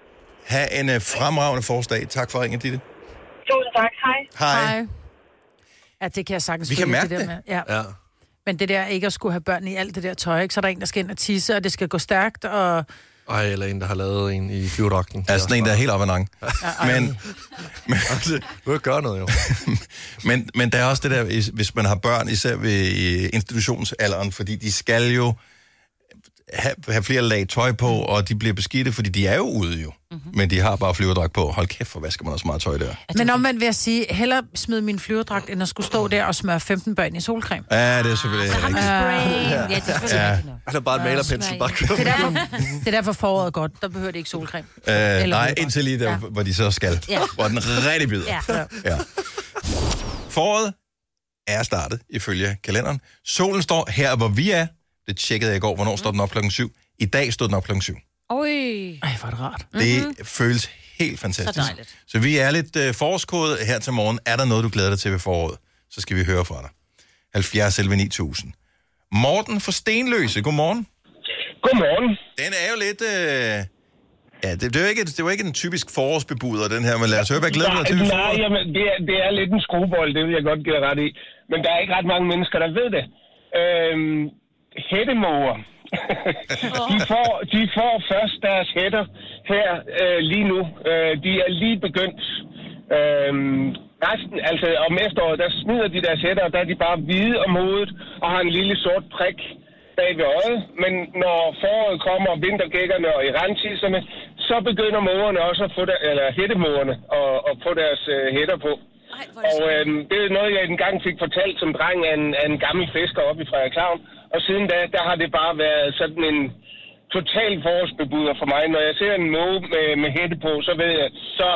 Speaker 1: Ha' en øh, fremragende forårsdag. Tak for ringen, Ditte.
Speaker 13: Tusind tak. Hej.
Speaker 1: Hej.
Speaker 4: Ja, det kan jeg sagtens
Speaker 1: Vi kan
Speaker 4: følge,
Speaker 1: mærke
Speaker 4: det.
Speaker 1: det.
Speaker 4: Der med. Ja. Men det der ikke at skulle have børn i alt det der tøj, ikke? så er der en, der skal ind og tisse, og det skal gå stærkt, og...
Speaker 3: Ej, eller en, der har lavet en i flyverdragten.
Speaker 1: Altså, sådan en, der er helt op ad nakken. Men, men altså,
Speaker 3: du kan gøre noget, jo.
Speaker 1: men, men der er også det der, is- hvis man har børn, især ved øh, institutionsalderen, fordi de skal jo have, have flere lag tøj på,
Speaker 4: Mm.
Speaker 1: og de bliver beskidte, fordi de er jo ude jo. Mm-hmm. Men de har bare flyverdrag på. Hold kæft, hvor vasker man også meget tøj der.
Speaker 4: Men omvendt vil jeg sige, hellere smide min flyverdragt, end at skulle stå der og smøre 15 børn i solcreme.
Speaker 1: Ja, det er selvfølgelig
Speaker 4: har man
Speaker 1: rigtigt.
Speaker 4: spray. Ja, det er selvfølgelig rigtigt
Speaker 3: Er der bare en malerpensel, bare kører
Speaker 4: Det er, derfor, det er derfor foråret er godt. Der behøver det ikke solcreme.
Speaker 1: Øh,
Speaker 4: Eller
Speaker 1: nej,
Speaker 4: hoveddragt.
Speaker 1: indtil lige der, ja.
Speaker 4: Ja.
Speaker 1: hvor de så skal. Ja.
Speaker 4: Ja.
Speaker 1: Hvor den rigtig bider.
Speaker 4: Ja.
Speaker 1: Ja. Foråret er startet, ifølge kalenderen. Solen står her, hvor vi er. Det tjekkede jeg i går. Hvornår står den op klokken 7? I dag stod den op klokken 7.
Speaker 2: Åh, Oj.
Speaker 1: Ej, hvor er det rart. Det
Speaker 14: Mhm.
Speaker 1: mm-hmm. føles helt fantastisk.
Speaker 2: Mhm. Så dejligt.
Speaker 1: Så vi er lidt øh, forårskode her til morgen. Er der noget, du glæder dig til ved foråret? Så skal vi høre fra dig. 70 11 9000. Morten fra Stenløse, godmorgen.
Speaker 6: Godmorgen.
Speaker 1: Den er jo lidt... Øh... Ja, det, det, var ikke, det var ikke en typisk forårsbebuder, den her, men lad os høre, hvad glæder du dig til ved
Speaker 6: Nej,
Speaker 1: foråret?
Speaker 6: jamen, det, er, det er lidt en skruebold, det vil jeg godt give dig ret i. Men der er ikke ret mange mennesker, der ved det. Øhm, hættemåger. de, får, de får først deres hætter her øh, lige nu. Øh, de er lige begyndt. Øhm, resten, altså om efteråret, der smider de deres hætter, og der er de bare hvide om hovedet og har en lille sort prik bag ved øjet. Men når foråret kommer, og vintergækkerne og irantiserne, så begynder mågerne også at få der, eller hættemågerne at, at få deres øh, hætter på. Og øh, det er noget, jeg engang fik fortalt som dreng af en, af en gammel fisker oppe i Frederikshavn. Og siden da, der har det bare været sådan en total forårsbebuder for mig. Når jeg ser en måge med, med hætte på, så ved jeg, så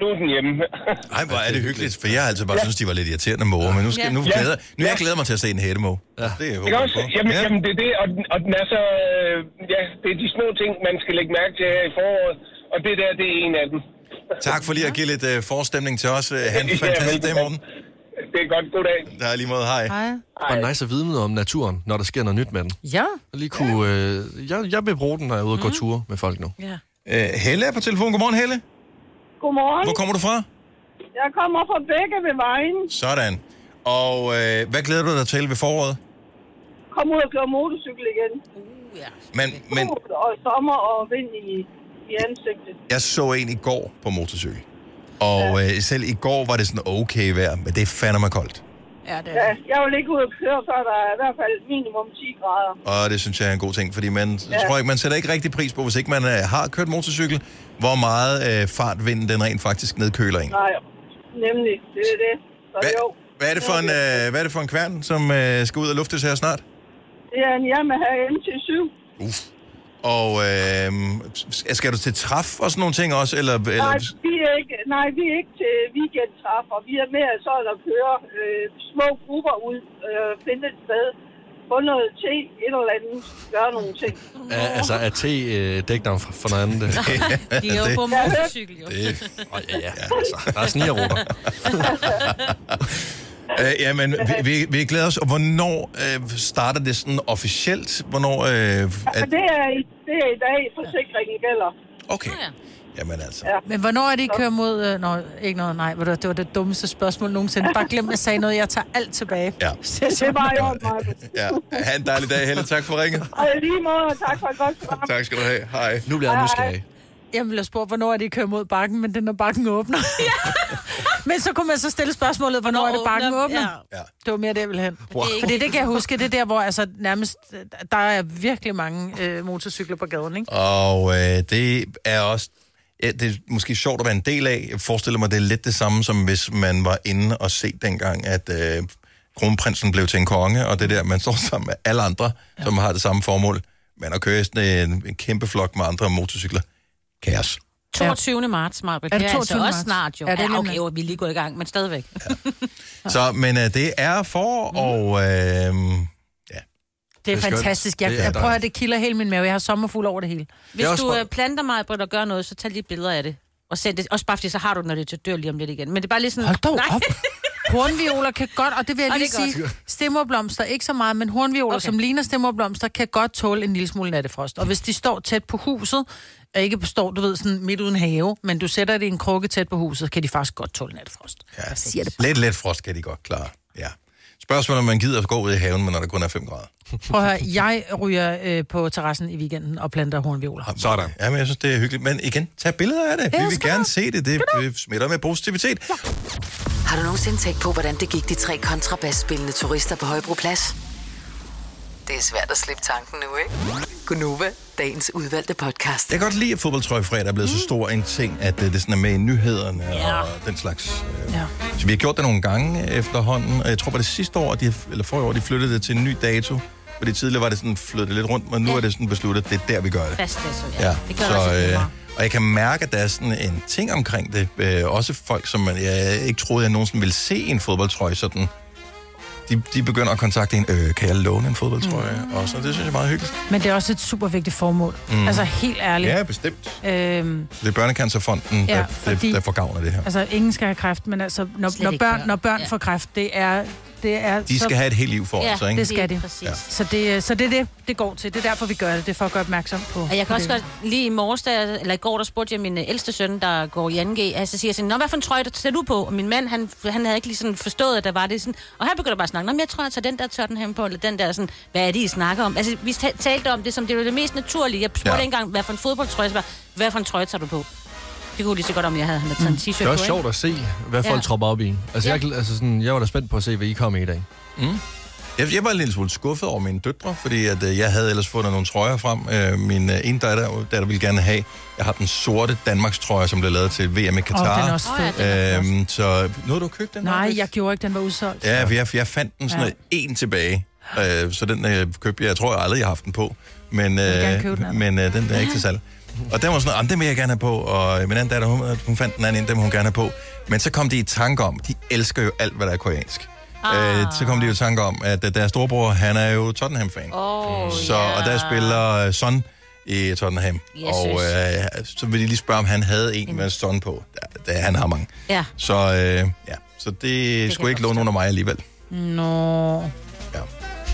Speaker 6: nu er den hjemme.
Speaker 1: Ej, hvor er det hyggeligt, for jeg har altid bare synes, de var lidt irriterende måger, men nu, skal, nu,
Speaker 6: Ja.
Speaker 1: glæder, nu jeg glæder mig til at se en hættemåge. Ja. Det håber
Speaker 6: Ikke
Speaker 1: jeg
Speaker 6: også?
Speaker 1: på.
Speaker 6: Jamen,
Speaker 1: Ja.
Speaker 6: ja. jamen, det er det, og den, og den er så... Øh, ja, det er de små ting, man skal lægge mærke til her i foråret, og det der, det er en af dem.
Speaker 1: Tak for lige at give lidt øh, forstemning til os. Øh, Han en
Speaker 6: Ja,
Speaker 1: fantastisk dag,
Speaker 6: velbekomme.
Speaker 1: Morten.
Speaker 6: Det er godt. God dag.
Speaker 1: Der er lige måde. Hej.
Speaker 4: Hej.
Speaker 3: Det var nice at vide noget om naturen, når der sker noget nyt med den.
Speaker 4: Ja.
Speaker 3: Jeg, lige kunne, øh, jeg, jeg vil bruge den, når jeg er ude og gå
Speaker 14: Mm.
Speaker 3: ture med folk nu.
Speaker 4: Ja.
Speaker 1: Øh, Helle er på telefon. Godmorgen, Helle.
Speaker 14: Godmorgen.
Speaker 1: Hvor kommer du fra?
Speaker 14: Jeg kommer fra Bække ved vejen.
Speaker 1: Sådan. Og øh, hvad glæder du dig til ved foråret?
Speaker 14: Kom ud og køre motorcykel igen. Uh, ja.
Speaker 1: Men, men
Speaker 14: Og sommer og vind i, i ansigtet.
Speaker 1: jeg så en i går på motorcykel. Og øh, selv i går var det sådan okay vejr, men det er fandme koldt.
Speaker 14: Ja, det ja, jeg vil ikke ud og køre, før der er i hvert fald minimum 10 grader.
Speaker 1: Og det synes jeg er en god ting, fordi man, ja.
Speaker 14: Ja.
Speaker 1: tror ikke, man sætter ikke rigtig pris på, hvis ikke man øh, har kørt motorcykel, hvor meget øh, fart vinden den rent faktisk nedkøler en.
Speaker 14: Nej, nemlig. Det er det. Så
Speaker 1: Hvad,
Speaker 14: jo,
Speaker 1: hvad, er det for en, øh, hvad er det for en kværn, som øh, skal ud og luftes her snart?
Speaker 14: det er en Yamaha MT7.
Speaker 1: Uff. Og øh, skal du til træf og sådan nogle ting også? Eller, eller,
Speaker 14: Nej, vi er ikke, nej, vi er ikke til weekendtræf, og vi er mere sådan at køre øh, små grupper ud, øh, finde et sted, få noget te, et eller andet, gøre nogle ting.
Speaker 3: Ja, altså, er te øh, dæknavn for, for noget andet?
Speaker 14: De er jo på
Speaker 3: ja,
Speaker 14: motorcykel, jo.
Speaker 3: Det, oh, ja, ja, altså, der er snigerruter.
Speaker 1: Øh, jamen, vi, vi, vi glæder os. Og hvornår øh, starter det sådan officielt? Hvornår, øh,
Speaker 14: Og
Speaker 1: at,
Speaker 14: det er, i- det er i dag, forsikringen gælder.
Speaker 1: Okay. jamen altså.
Speaker 14: Ja.
Speaker 4: Men hvornår er det, I kører mod... Øh, nå, ikke noget, nej. ved du hvad, Det var det dummeste spørgsmål nogensinde. Bare glem, jeg sagde noget. Jeg tager alt tilbage.
Speaker 1: Ja.
Speaker 14: Det var jo meget.
Speaker 1: Ja. Ha' en dejlig dag, Helle. Tak for ringet.
Speaker 14: Og i lige måde, tak for et godt program.
Speaker 1: Tak skal du have. Hej.
Speaker 3: Nu bliver
Speaker 4: jeg nysgerrig. Jeg blev spurgt, hvornår er det, I kører mod bakken, men det er, når bakken åbner. Ja. men så kunne man så stille spørgsmålet, hvornår, er det, bakken åbner?
Speaker 1: Ja.
Speaker 4: Det var mere det, jeg ville hen.
Speaker 1: Wow.
Speaker 4: Wow.
Speaker 1: ikke-
Speaker 4: Fordi det kan jeg huske, det er der, hvor altså, nærmest, øh, der er virkelig mange øh, motorcykler på gaden, ikke?
Speaker 1: Og øh, det er også... Ja, det er måske sjovt at være en del af. Jeg forestiller mig, det er lidt det samme, som hvis man var inde og se dengang, at øh, kronprinsen blev til en konge, og det der, man står sammen med alle andre, ja. som har det samme formål. Men at køre i sådan en, en kæmpe flok med andre motorcykler. Kaos.
Speaker 2: 22. Ja. marts, Marbet.
Speaker 4: Er det
Speaker 2: det er
Speaker 4: 22.
Speaker 2: altså også
Speaker 4: marts?
Speaker 2: snart, jo.
Speaker 4: Ja, det er
Speaker 2: Ja,
Speaker 4: lige
Speaker 2: okay,
Speaker 4: nu.
Speaker 2: jo, vi er lige gået i gang, men stadigvæk.
Speaker 1: Så, men øh, det er forår, mm. og... Øh,
Speaker 4: Det er
Speaker 1: Det er skønt.
Speaker 4: fantastisk. Jeg,
Speaker 1: Det er
Speaker 4: jeg prøver,
Speaker 1: dejligt.
Speaker 4: at det kilder hele min mave. Jeg har sommerfugl over det hele.
Speaker 2: Hvis
Speaker 1: er også
Speaker 2: du
Speaker 1: bare-
Speaker 2: øh, planter mig, Britt, og gør noget, så tag lige billeder af det. Og send det. Også bare fordi, så har du det, når det er til dør lige om lidt igen. Men det er bare lige sådan... Hold
Speaker 4: dog op. Hornvioler kan godt, og det vil jeg
Speaker 2: Og
Speaker 4: lige
Speaker 2: det er
Speaker 4: sige,
Speaker 2: godt.
Speaker 4: stemmerblomster ikke så meget, men hornvioler, okay. som ligner stemmerblomster, kan godt tåle en lille smule nattefrost. Og hvis de står tæt på huset, og ikke står, du ved, sådan midt uden have, men du sætter det i en krukke tæt på huset, kan de faktisk godt tåle nattefrost.
Speaker 1: Ja,
Speaker 4: Jeg siger det
Speaker 1: lidt let frost kan de godt klare. Ja. Spørgsmålet er, om man gider at gå ud i haven, men når der kun er 5 grader.
Speaker 4: Prøv at høre, jeg ryger øh, på terrassen i weekenden og planter hornvioler.
Speaker 1: Sådan. Ja, men jeg synes, det er hyggeligt. Men igen, tag billeder af det. Vi vil gerne se det. Det det smitter med positivitet.
Speaker 5: Har du nogensinde tænkt på, hvordan det gik de tre kontrabasspillende turister på Højbroplads? Det er svært at slippe tanken nu, ikke? Gunova, dagens udvalgte podcast.
Speaker 1: Jeg kan godt lide, at fodboldtrøje fredag er blevet så stor en ting, at øh, det sådan er med i nyhederne ja. og den slags. øh.
Speaker 4: Ja.
Speaker 1: Så vi har gjort det nogle gange efterhånden. Og Jeg tror, var det sidste år, de, eller forrige år, de flyttede det til en ny dato. Fordi tidligere var det sådan flyttet lidt rundt, men nu er det sådan besluttet, at det er der, vi gør det.
Speaker 2: Fast, altså, ja.
Speaker 1: Ja,
Speaker 2: ja. Det gør så,
Speaker 1: så,
Speaker 2: også øh...
Speaker 1: øh, og jeg kan mærke, at der er sådan en ting omkring det. Øh, også folk, som man, jeg ikke troede, jeg nogensinde ville se i en fodboldtrøje sådan de, de begynder at kontakte en, øh, kan jeg låne en fodboldtrøje? Mm. Og så det synes jeg er meget hyggeligt.
Speaker 4: Men det er også et super vigtigt formål.
Speaker 1: Mm.
Speaker 4: Mm. Altså helt ærligt.
Speaker 1: Ja, bestemt.
Speaker 4: Øhm,
Speaker 1: Det er Børnecancerfonden, ja,
Speaker 4: Ja,
Speaker 1: der, fordi...
Speaker 4: fordi-
Speaker 1: der, der får gavn af det her.
Speaker 4: altså, ingen skal have kræft, men altså, når,
Speaker 2: Slet
Speaker 4: når
Speaker 2: ikke
Speaker 4: børn,
Speaker 2: børn.
Speaker 4: når børn
Speaker 2: Ja.
Speaker 4: ja. får kræft, det er... Det er
Speaker 1: De skal have et helt liv foran
Speaker 4: ja,
Speaker 1: sig, ikke?
Speaker 4: det skal
Speaker 1: Lige
Speaker 4: de.
Speaker 1: Ja.
Speaker 4: Ja. Så, det, øh, så det er det, det går til. Det er derfor, vi gør det. Det er for at gøre opmærksom på
Speaker 2: Og jeg
Speaker 4: på
Speaker 2: kan også
Speaker 4: det.
Speaker 2: godt, lige i morges, der, eller i går, der spurgte jeg min øh, ældste søn, der går i 2G, altså siger jeg sådan, Nå, hvad for en trøje, der tager du på? Og min mand, han, han havde ikke lige sådan forstået, at der var det sådan, og han begyndte bare at snakke, Nå, men jeg tror, jeg tager den der Tottenham på, eller den der sådan, hvad er det, I snakker om? Altså, vi ta- talte om det, som det var det mest naturlige. Jeg spurgte
Speaker 1: Ja.
Speaker 2: ja. ikke engang, hvad for en fodboldtrøje, så bare, hvad for en trøje tager du på? Det kunne lige så godt, om jeg havde, han havde taget en t-shirt
Speaker 3: Det er også
Speaker 2: på,
Speaker 3: sjovt
Speaker 2: ikke?
Speaker 3: at se, hvad
Speaker 2: Ja.
Speaker 3: folk tropper op i. Altså,
Speaker 2: Ja.
Speaker 3: ja. jeg, altså sådan, jeg var da spændt på at se, hvad I kom med i dag.
Speaker 1: Mm. Jeg, jeg var en lille smule skuffet over mine døtre, fordi at, øh, jeg havde ellers fundet nogle trøjer frem. Øh, min øh, ene datter, datter ville gerne have, jeg har den sorte Danmarks trøje, som blev lavet til VM i Katar.
Speaker 4: den er også fed. Åh, ja,
Speaker 1: Øhm, så nåede du at købe den?
Speaker 4: Nej, jeg gjorde ikke, den var udsolgt.
Speaker 1: Ja, for jeg, jeg fandt den sådan
Speaker 4: Ja.
Speaker 1: noget, en tilbage. Øh, så den øh, købte jeg. Jeg tror jeg aldrig, jeg har haft den på. Men,
Speaker 4: vil gerne
Speaker 1: øh,
Speaker 4: købe den, Anna.
Speaker 1: men øh, den er ikke til salg. Og den var sådan, "Jamen, den vil jeg gerne have på. Og øh, min anden datter, hun, hun fandt den anden, en, den vil hun gerne have på. Men så kom de i tanke om, de elsker jo alt, hvad der er koreansk. Ah. Øh, så kom de jo i tanke om, at øh, deres storebror, han er jo Tottenham-fan.
Speaker 2: Oh,
Speaker 1: så, Og der spiller øh, Son i Tottenham.
Speaker 2: Jesus.
Speaker 1: Og øh, så vil de lige spørge, om han havde en med Son på. Der, der, han har mange.
Speaker 2: Ja.
Speaker 1: Så, øh, ja. så det, det skulle ikke låne under mig alligevel.
Speaker 4: Nå.
Speaker 1: Ja.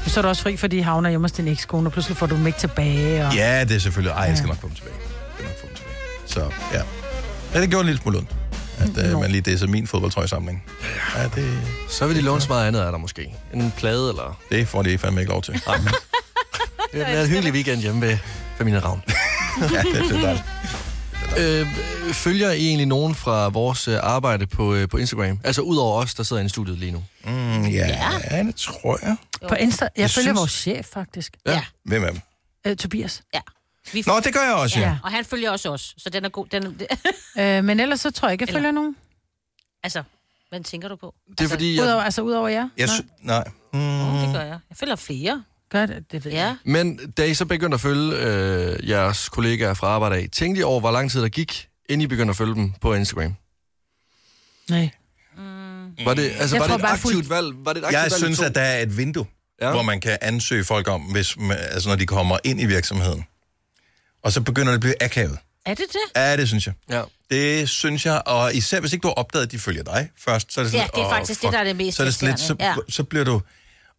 Speaker 4: Så er du også fri, fordi havner hjemme hos din ekskone, og pludselig får du dem ikke tilbage. Og...
Speaker 1: Ja, det er selvfølgelig. Ej, jeg skal nok få dem tilbage. Jeg skal nok få dem tilbage. Så ja. ja det gjorde en lille smule ondt, at øh, man lige det er min fodboldtrøjsamling. Ja, det...
Speaker 3: Så vil de låne så meget andet af dig måske. En plade eller...
Speaker 1: Det får de fandme ikke lov til.
Speaker 3: Nej. det er en hyggelig weekend hjemme ved familien Ravn.
Speaker 1: ja, det er så dejligt.
Speaker 3: Øh, følger I egentlig nogen fra vores øh, arbejde på, øh, på Instagram? Altså ud over os, der sidder inde i studiet lige nu.
Speaker 1: Mm, ja, ja, det tror jeg.
Speaker 4: På Insta, jeg,
Speaker 3: Jeg
Speaker 4: jeg følger
Speaker 3: synes-
Speaker 4: synes... vores chef, faktisk.
Speaker 1: Ja. Hvem er dem?
Speaker 2: Altså,
Speaker 4: Øh, Tobias.
Speaker 2: Ja. Vi-
Speaker 1: Nå, det gør jeg også, ja.
Speaker 2: ja. Og han følger også os, så den er god. Den,
Speaker 4: Øh, men ellers så tror jeg ikke, jeg
Speaker 2: Eller-
Speaker 4: følger nogen.
Speaker 2: altså, hvad tænker du på?
Speaker 1: Det er fordi, jeg-
Speaker 4: Udover, altså udover jer?
Speaker 1: Jeg sy- nej. Mm.
Speaker 2: Det gør jeg. Jeg følger flere.
Speaker 4: Gør det, det ved
Speaker 2: Ja.
Speaker 3: Men da I så begyndte at følge øh, jeres kollegaer fra arbejde af, tænkte I over, hvor lang tid der gik, inden I begyndte at følge dem på Instagram?
Speaker 4: Nej.
Speaker 3: Var det, altså,
Speaker 1: Jeg
Speaker 3: var det
Speaker 1: tror
Speaker 3: et
Speaker 1: bare
Speaker 3: aktivt
Speaker 1: fuldt-
Speaker 3: valg? Var det et aktivt
Speaker 1: Mm. Jeg
Speaker 3: valg, I
Speaker 1: synes,
Speaker 3: tog?
Speaker 1: at der er et vindue, ja. hvor man kan ansøge folk om, hvis, man- altså, når de kommer ind i virksomheden. Og så begynder det at blive akavet.
Speaker 2: Er det det?
Speaker 1: Ja, det synes jeg.
Speaker 3: Ja.
Speaker 1: Det synes jeg, og især hvis ikke du har opdaget, at de følger dig først, så er det sådan,
Speaker 2: Ja, det er
Speaker 1: "Åh,
Speaker 2: faktisk det,
Speaker 1: fuck."
Speaker 2: der er det mest
Speaker 1: så, er det sådan lidt, så, ja.
Speaker 2: irriterende,
Speaker 1: så bliver du,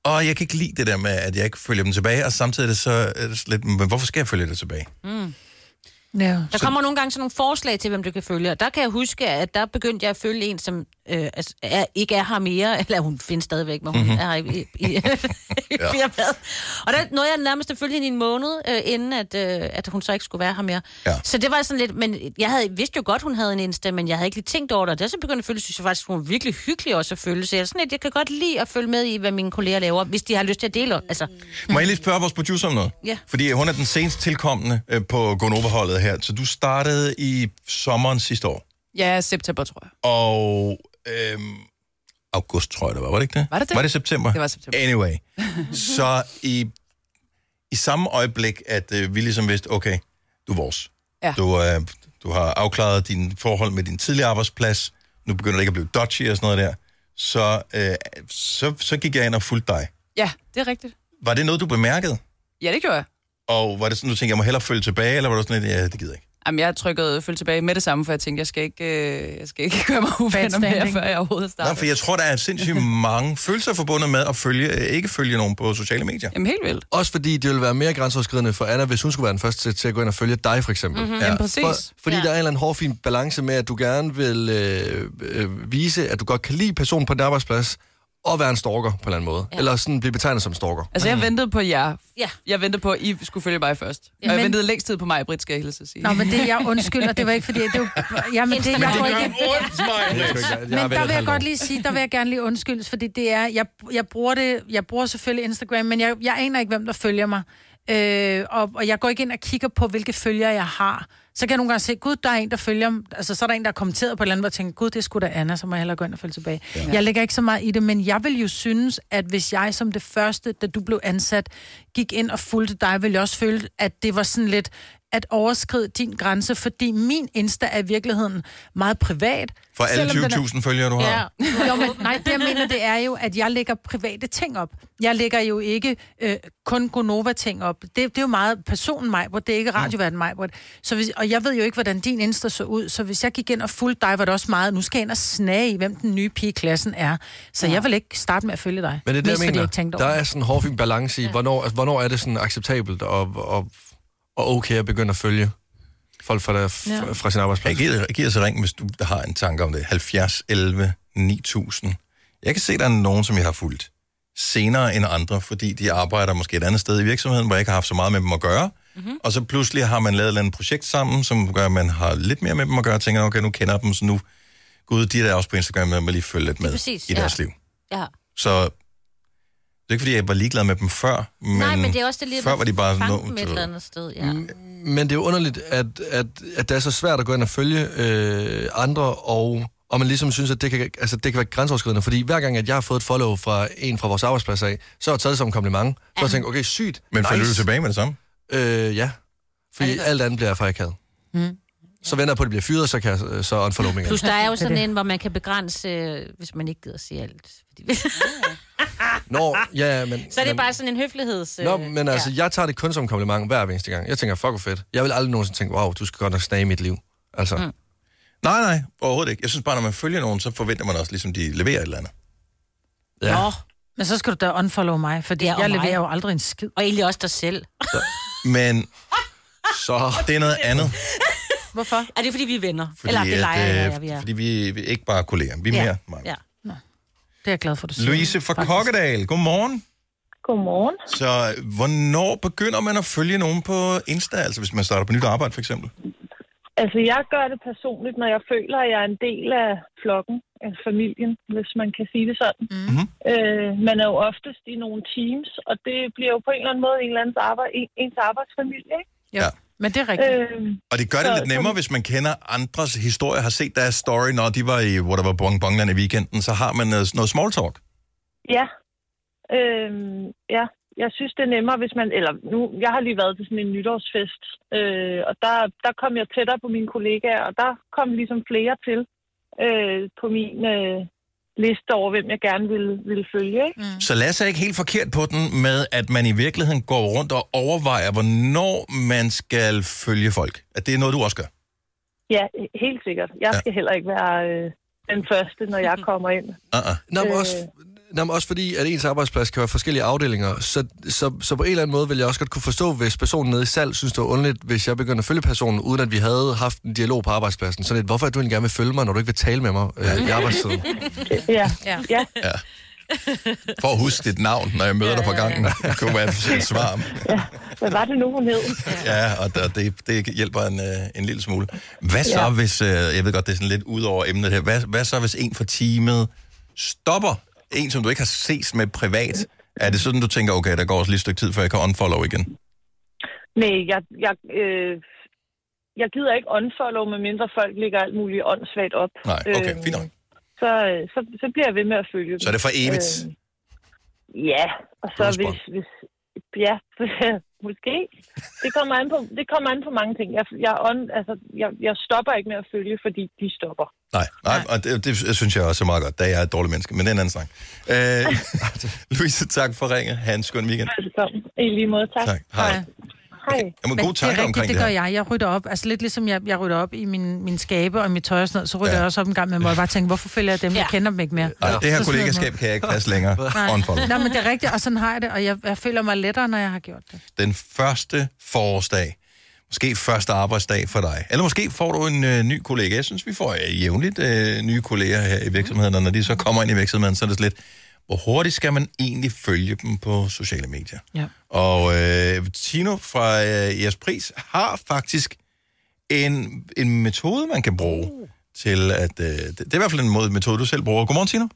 Speaker 1: og jeg kan ikke lide det der med, at jeg ikke følger dem tilbage, og samtidig er det så er det sådan lidt, men hvorfor skal jeg følge det tilbage?
Speaker 2: Mm.
Speaker 4: Ja.
Speaker 2: Der kommer nogle gange sådan nogle forslag til, hvem du kan følge, og der kan jeg huske, at der begyndte jeg at følge en, som øh, altså, er, ikke er her mere, eller hun findes stadigvæk, men hun
Speaker 15: Mhm.
Speaker 2: mm-hmm. er her i, i, i, i
Speaker 15: Ja.
Speaker 2: firmaet. Og der nåede jeg nærmest at følge hende i en måned, øh, inden at, øh, at hun så ikke skulle være her mere. Ja. Så det var sådan lidt, men jeg havde, vidste jo godt, hun havde en Insta, men jeg havde ikke lige tænkt over det, og da jeg så begyndte at følge, synes jeg faktisk, hun var virkelig hyggelig også at følge, så jeg, er sådan lidt, jeg kan godt lide at følge med i, hvad mine kolleger laver, hvis de har lyst til at dele. Altså,
Speaker 1: Må jeg lige spørge vores producer om noget?
Speaker 2: Ja.
Speaker 1: Fordi hun er den senest tilkommende øh, på Gonova-holdet her, så du startede i sommeren sidste år,
Speaker 15: Ja, september, tror jeg.
Speaker 1: og øhm, august, tror jeg det var, var det ikke det?
Speaker 15: Var det det?
Speaker 1: Var det september?
Speaker 15: Det var september.
Speaker 1: Anyway, så i, i samme øjeblik, at øh, vi ligesom vidste, okay, du er vores.
Speaker 15: Ja.
Speaker 1: Du, øh, du har afklaret dine forhold med din tidligere arbejdsplads, nu begynder det ikke at blive dodgy og sådan noget der, så, øh, så, så gik jeg ind og fulgte dig.
Speaker 15: Ja, det er rigtigt.
Speaker 1: Var det noget, du bemærkede?
Speaker 15: Ja, det gjorde jeg.
Speaker 1: Og var det sådan, du tænkte, jeg må hellere følge tilbage, eller var det sådan lidt, ja, det gider jeg ikke?
Speaker 15: Jamen, jeg trykkede følge tilbage med det samme, for jeg tænkte, jeg skal ikke, øh, jeg skal ikke gøre mig uvenner med jer,
Speaker 1: standing.
Speaker 15: før jeg overhovedet starter.
Speaker 1: Nej, for jeg tror, der er sindssygt mange følelser forbundet med at følge, øh, ikke følge nogen på sociale medier.
Speaker 15: Jamen helt vildt.
Speaker 3: Også fordi det ville være mere grænseoverskridende for Anna, hvis hun skulle være den første til, til at gå ind og følge dig, for eksempel.
Speaker 15: Mhm. Ja. Jamen, præcis.
Speaker 3: For, fordi
Speaker 15: Ja.
Speaker 3: der er en eller anden hårfin balance med, at du gerne vil øh, øh, vise, at du godt kan lide personen på din arbejdsplads, og være en stalker på en eller anden måde. Ja. Eller sådan blive betegnet som stalker. Mm-hmm.
Speaker 15: Altså, jeg ventede på jer.
Speaker 2: Ja.
Speaker 15: Jeg ventede på, at I skulle følge mig først.
Speaker 4: Ja,
Speaker 15: og jeg
Speaker 4: men-
Speaker 15: ventede længst tid på mig, Britt, skal jeg hilse at sige.
Speaker 4: Nå, men det jeg undskylder, det var ikke fordi... Det var, ja, men det,
Speaker 15: Men
Speaker 4: jeg
Speaker 15: det
Speaker 4: går
Speaker 15: gør
Speaker 4: ikke...
Speaker 15: ondt, Maja. Jeg har
Speaker 4: Men
Speaker 15: ventet
Speaker 4: der vil jeg
Speaker 15: halvt
Speaker 4: godt
Speaker 15: år.
Speaker 4: lige sige, der vil jeg gerne lige undskyldes, fordi det er, jeg, jeg bruger det, jeg bruger selvfølgelig Instagram, men jeg, jeg aner ikke, hvem der følger mig. Øh, og, og, jeg går ikke ind og kigger på, hvilke følgere jeg har. Så kan jeg nogle gange se, gud, der er en, der følger, mig." altså så er der en, der har kommenteret på et eller andet, hvor jeg tænker, gud, det er sgu da Anna, så må jeg hellere gå ind og følge tilbage. Ja. Jeg lægger ikke så meget i det, men jeg vil jo synes, at hvis jeg som det første, da du blev ansat, gik ind og fulgte dig, ville jeg også føle, at det var sådan lidt, at overskride din grænse, fordi min Insta er i virkeligheden meget privat.
Speaker 1: For alle
Speaker 4: selvom den er-
Speaker 1: 20.000 følgere, du har.
Speaker 4: Ja. Jo, men, nej, det jeg mener, det er jo, at jeg lægger private ting op. Jeg lægger jo ikke øh, kun Gonova-ting op. Det, det er jo meget personen mig, hvor det er ikke radioverden mig. Så hvis, og jeg ved jo ikke, hvordan din Insta så ud, så hvis jeg gik ind og fulgte dig, var det også meget, nu skal jeg ind og snage i, hvem den nye pige i klassen er. Så jeg vil ikke starte med at følge dig.
Speaker 3: Men det er det,
Speaker 4: Mest
Speaker 3: jeg
Speaker 4: fordi
Speaker 3: mener.
Speaker 4: Jeg ikke tænkte
Speaker 3: der
Speaker 4: over
Speaker 3: er sådan en hårfin balance i, hvornår, altså, hvornår er det sådan acceptabelt og, og, og okay at begynde at følge folk fra, der,
Speaker 1: Ja.
Speaker 3: fra, fra sin arbejdsplads.
Speaker 1: Jeg giver, jeg giver så ring, hvis du har en tanke om det. 70, 11, 9000. Jeg kan se, der er nogen, som jeg har fulgt senere end andre, fordi de arbejder måske et andet sted i virksomheden, hvor jeg ikke har haft så meget med dem at gøre.
Speaker 2: Mhm.
Speaker 1: Mm-hmm. Og så pludselig har man lavet et eller andet projekt sammen, som gør, at man har lidt mere med dem at gøre, og tænker, okay, nu kender jeg dem, så nu, gud, de er der også på Instagram, jeg må lige følge lidt
Speaker 2: Det er
Speaker 1: med
Speaker 2: præcis,
Speaker 1: i
Speaker 2: ja.
Speaker 1: deres liv.
Speaker 2: Ja.
Speaker 1: Så det er ikke, fordi jeg var ligeglad med dem før, men,
Speaker 2: Nej, men det er også det lige, at
Speaker 1: før
Speaker 2: man
Speaker 1: var de bare
Speaker 2: fanger
Speaker 1: sådan,
Speaker 2: dem et
Speaker 1: "Nå,
Speaker 2: eller andet sted. Ja. Mm.
Speaker 3: Men det er jo underligt, at, at, at det er så svært at gå ind og følge øh, andre, og, og man ligesom synes, at det kan, altså, det kan være grænseoverskridende. Fordi hver gang, at jeg har fået et follow fra en fra vores arbejdsplads af, så har jeg taget det som en kompliment. Så har jeg tænkt, okay, sygt.
Speaker 1: Men følger du tilbage med det samme?
Speaker 3: Øh, ja. Fordi
Speaker 2: Altså-
Speaker 3: alt andet bliver for akavet.
Speaker 2: Mm.
Speaker 3: Mm. Så venter jeg på, at det bliver fyret, så kan jeg øh, så unfollow
Speaker 15: Mm.
Speaker 3: mig igen.
Speaker 2: Plus, der er jo sådan en, hvor man kan begrænse, øh, hvis man ikke gider sige alt.
Speaker 3: Nå, ja, ja, men...
Speaker 2: Så er det
Speaker 3: men,
Speaker 2: bare sådan en høfligheds... øh,
Speaker 3: Nå, men altså, ja. jeg tager det kun som kompliment hver eneste gang. Jeg tænker, fuck hvor fedt. Jeg vil aldrig nogensinde tænke, wow, du skal godt nok snage i mit liv. Altså,
Speaker 2: Mm.
Speaker 3: mm.
Speaker 1: Nej, nej, overhovedet ikke. Jeg synes bare, når man følger nogen, så forventer man også, ligesom de leverer et eller andet.
Speaker 4: det. Nå, men så skal du da unfollow mig, fordi
Speaker 2: Ja,
Speaker 4: ja,
Speaker 2: og
Speaker 4: jeg
Speaker 2: mig.
Speaker 4: leverer jo aldrig en skid.
Speaker 2: Og egentlig også dig selv.
Speaker 1: Men så det er noget andet,
Speaker 4: Hvorfor?
Speaker 2: Er det, fordi vi er venner?
Speaker 1: fordi,
Speaker 2: Eller det leger jeg,
Speaker 3: øh,
Speaker 1: at, øh,
Speaker 2: ja, vi er.
Speaker 1: fordi vi, vi er ikke bare kolleger, vi er
Speaker 2: Ja.
Speaker 1: mere.
Speaker 2: Ja.
Speaker 4: Det er jeg glad for, du siger.
Speaker 1: Louise fra Kokkedal, godmorgen.
Speaker 16: Godmorgen.
Speaker 1: Så øh, hvornår begynder man at følge nogen på Insta, altså hvis man starter på nyt arbejde for eksempel?
Speaker 16: Altså, jeg gør det personligt, når jeg føler, at jeg er en del af flokken, af familien, hvis man kan sige det sådan.
Speaker 1: Mm-hmm.
Speaker 16: Øh, man er jo oftest i nogle teams, og det bliver jo på en eller anden måde en eller andens arbejde, en, ens arbejdsfamilie, ikke?
Speaker 1: Jo, Ja.
Speaker 4: men det er rigtigt.
Speaker 16: Øh,
Speaker 1: Og det gør det
Speaker 16: Så-
Speaker 1: lidt nemmere, hvis man kender andres historier, har set deres story, når de var i, hvor der var bongbongland i weekenden, så har man noget, noget small talk.
Speaker 16: ja. Øh, ja. Jeg synes, det er nemmere, hvis man... Eller nu, jeg har lige været til sådan en nytårsfest, øh, og der, der kom jeg tættere på mine kollegaer, og der kom ligesom flere til øh, på min øh, liste over, hvem jeg gerne ville, ville følge, ikke? Mm.
Speaker 1: Så lad sig ikke helt forkert på den med, at man i virkeligheden går rundt og overvejer, hvornår man skal følge folk. At det er noget, du også gør.
Speaker 16: Ja, helt sikkert. Jeg skal heller ikke være øh, den første, når jeg kommer ind.
Speaker 1: Uh-uh.
Speaker 3: Nå, men
Speaker 16: Øh.
Speaker 3: også, nå, men også fordi, at ens arbejdsplads kan være forskellige afdelinger, så, så, så på en eller anden måde vil jeg også godt kunne forstå, hvis personen nede i salg synes, det var underligt, hvis jeg begyndte at følge personen, uden at vi havde haft en dialog på arbejdspladsen. Sådan lidt, hvorfor er du egentlig gerne vil følge mig, når du ikke vil tale med mig øh, i arbejdstiden?
Speaker 16: Ja, ja. ja.
Speaker 1: For at huske dit navn, når jeg møder dig på gangen. Det kunne være et svar.
Speaker 16: Hvad var det nu, hun hed?
Speaker 1: Ja, og der, det, det hjælper en, øh, en lille smule. Hvad så
Speaker 16: Ja.
Speaker 1: hvis, øh, jeg ved godt, det er sådan lidt ud over emnet her, hvad, hvad så hvis en for teamet stopper en, som du ikke har ses med privat? Er det sådan, du tænker, okay, der går også lige et stykke tid, før jeg kan unfollow igen?
Speaker 16: Nej, jeg, jeg, øh, jeg gider ikke unfollow, medmindre folk lægger alt muligt åndssvagt op. Øhm,
Speaker 1: Nej, okay, fint nok.
Speaker 16: Så, øh, så, så bliver jeg ved med at følge dem.
Speaker 1: Så er det for evigt?
Speaker 16: Øh, ja, og så
Speaker 1: Dødsbold.
Speaker 16: hvis, hvis... Ja, måske. Det kommer an på, det kommer an på mange ting. Jeg, jeg, on, altså, jeg, jeg stopper ikke med at følge, fordi de stopper.
Speaker 1: Nej, nej, og det, det synes jeg også er meget godt, da jeg er et dårligt menneske, men det er en anden snak. Øh, Louise, tak for ringet. Ha' en skøn weekend.
Speaker 16: Velkommen. Øh, I lige måde, tak.
Speaker 1: Tak. Hej.
Speaker 16: Hej.
Speaker 1: Jamen,
Speaker 4: Men
Speaker 1: gode
Speaker 4: det er
Speaker 1: tanker
Speaker 4: rigtigt,
Speaker 1: omkring
Speaker 4: det,
Speaker 1: det
Speaker 4: gør
Speaker 1: her.
Speaker 4: jeg. Jeg rydder op. Altså lidt ligesom jeg, jeg rydder op i min, min skabe og mit tøj og sådan noget, så rydder
Speaker 1: Ja.
Speaker 4: ja. jeg også op en gang, men jeg må bare tænke, hvorfor følger jeg dem? Ja. Jeg kender dem ikke mere.
Speaker 1: Ej, det her
Speaker 4: Så smider jeg dem
Speaker 1: kollegaskab
Speaker 4: ud.
Speaker 1: kan jeg ikke passe længere. Unfollow.
Speaker 4: Nej. Nej, men det er rigtigt, og sådan har jeg det, og jeg, jeg føler mig lettere, når jeg har gjort det.
Speaker 1: den første forårsdag. Måske første arbejdsdag for dig. Eller måske får du en øh, ny kollega. Jeg synes, vi får øh, jævnligt øh, nye kolleger her i virksomheden, og når de så kommer ind i virksomheden, så er det sådan lidt, hvor hurtigt skal man egentlig følge dem på sociale medier?
Speaker 4: Ja.
Speaker 1: Og øh, Tino fra øh, Jeres Pris har faktisk en, en metode, man kan bruge til at... Øh, det, det er i hvert fald en måde, metode, du selv bruger. Godmorgen, Tino.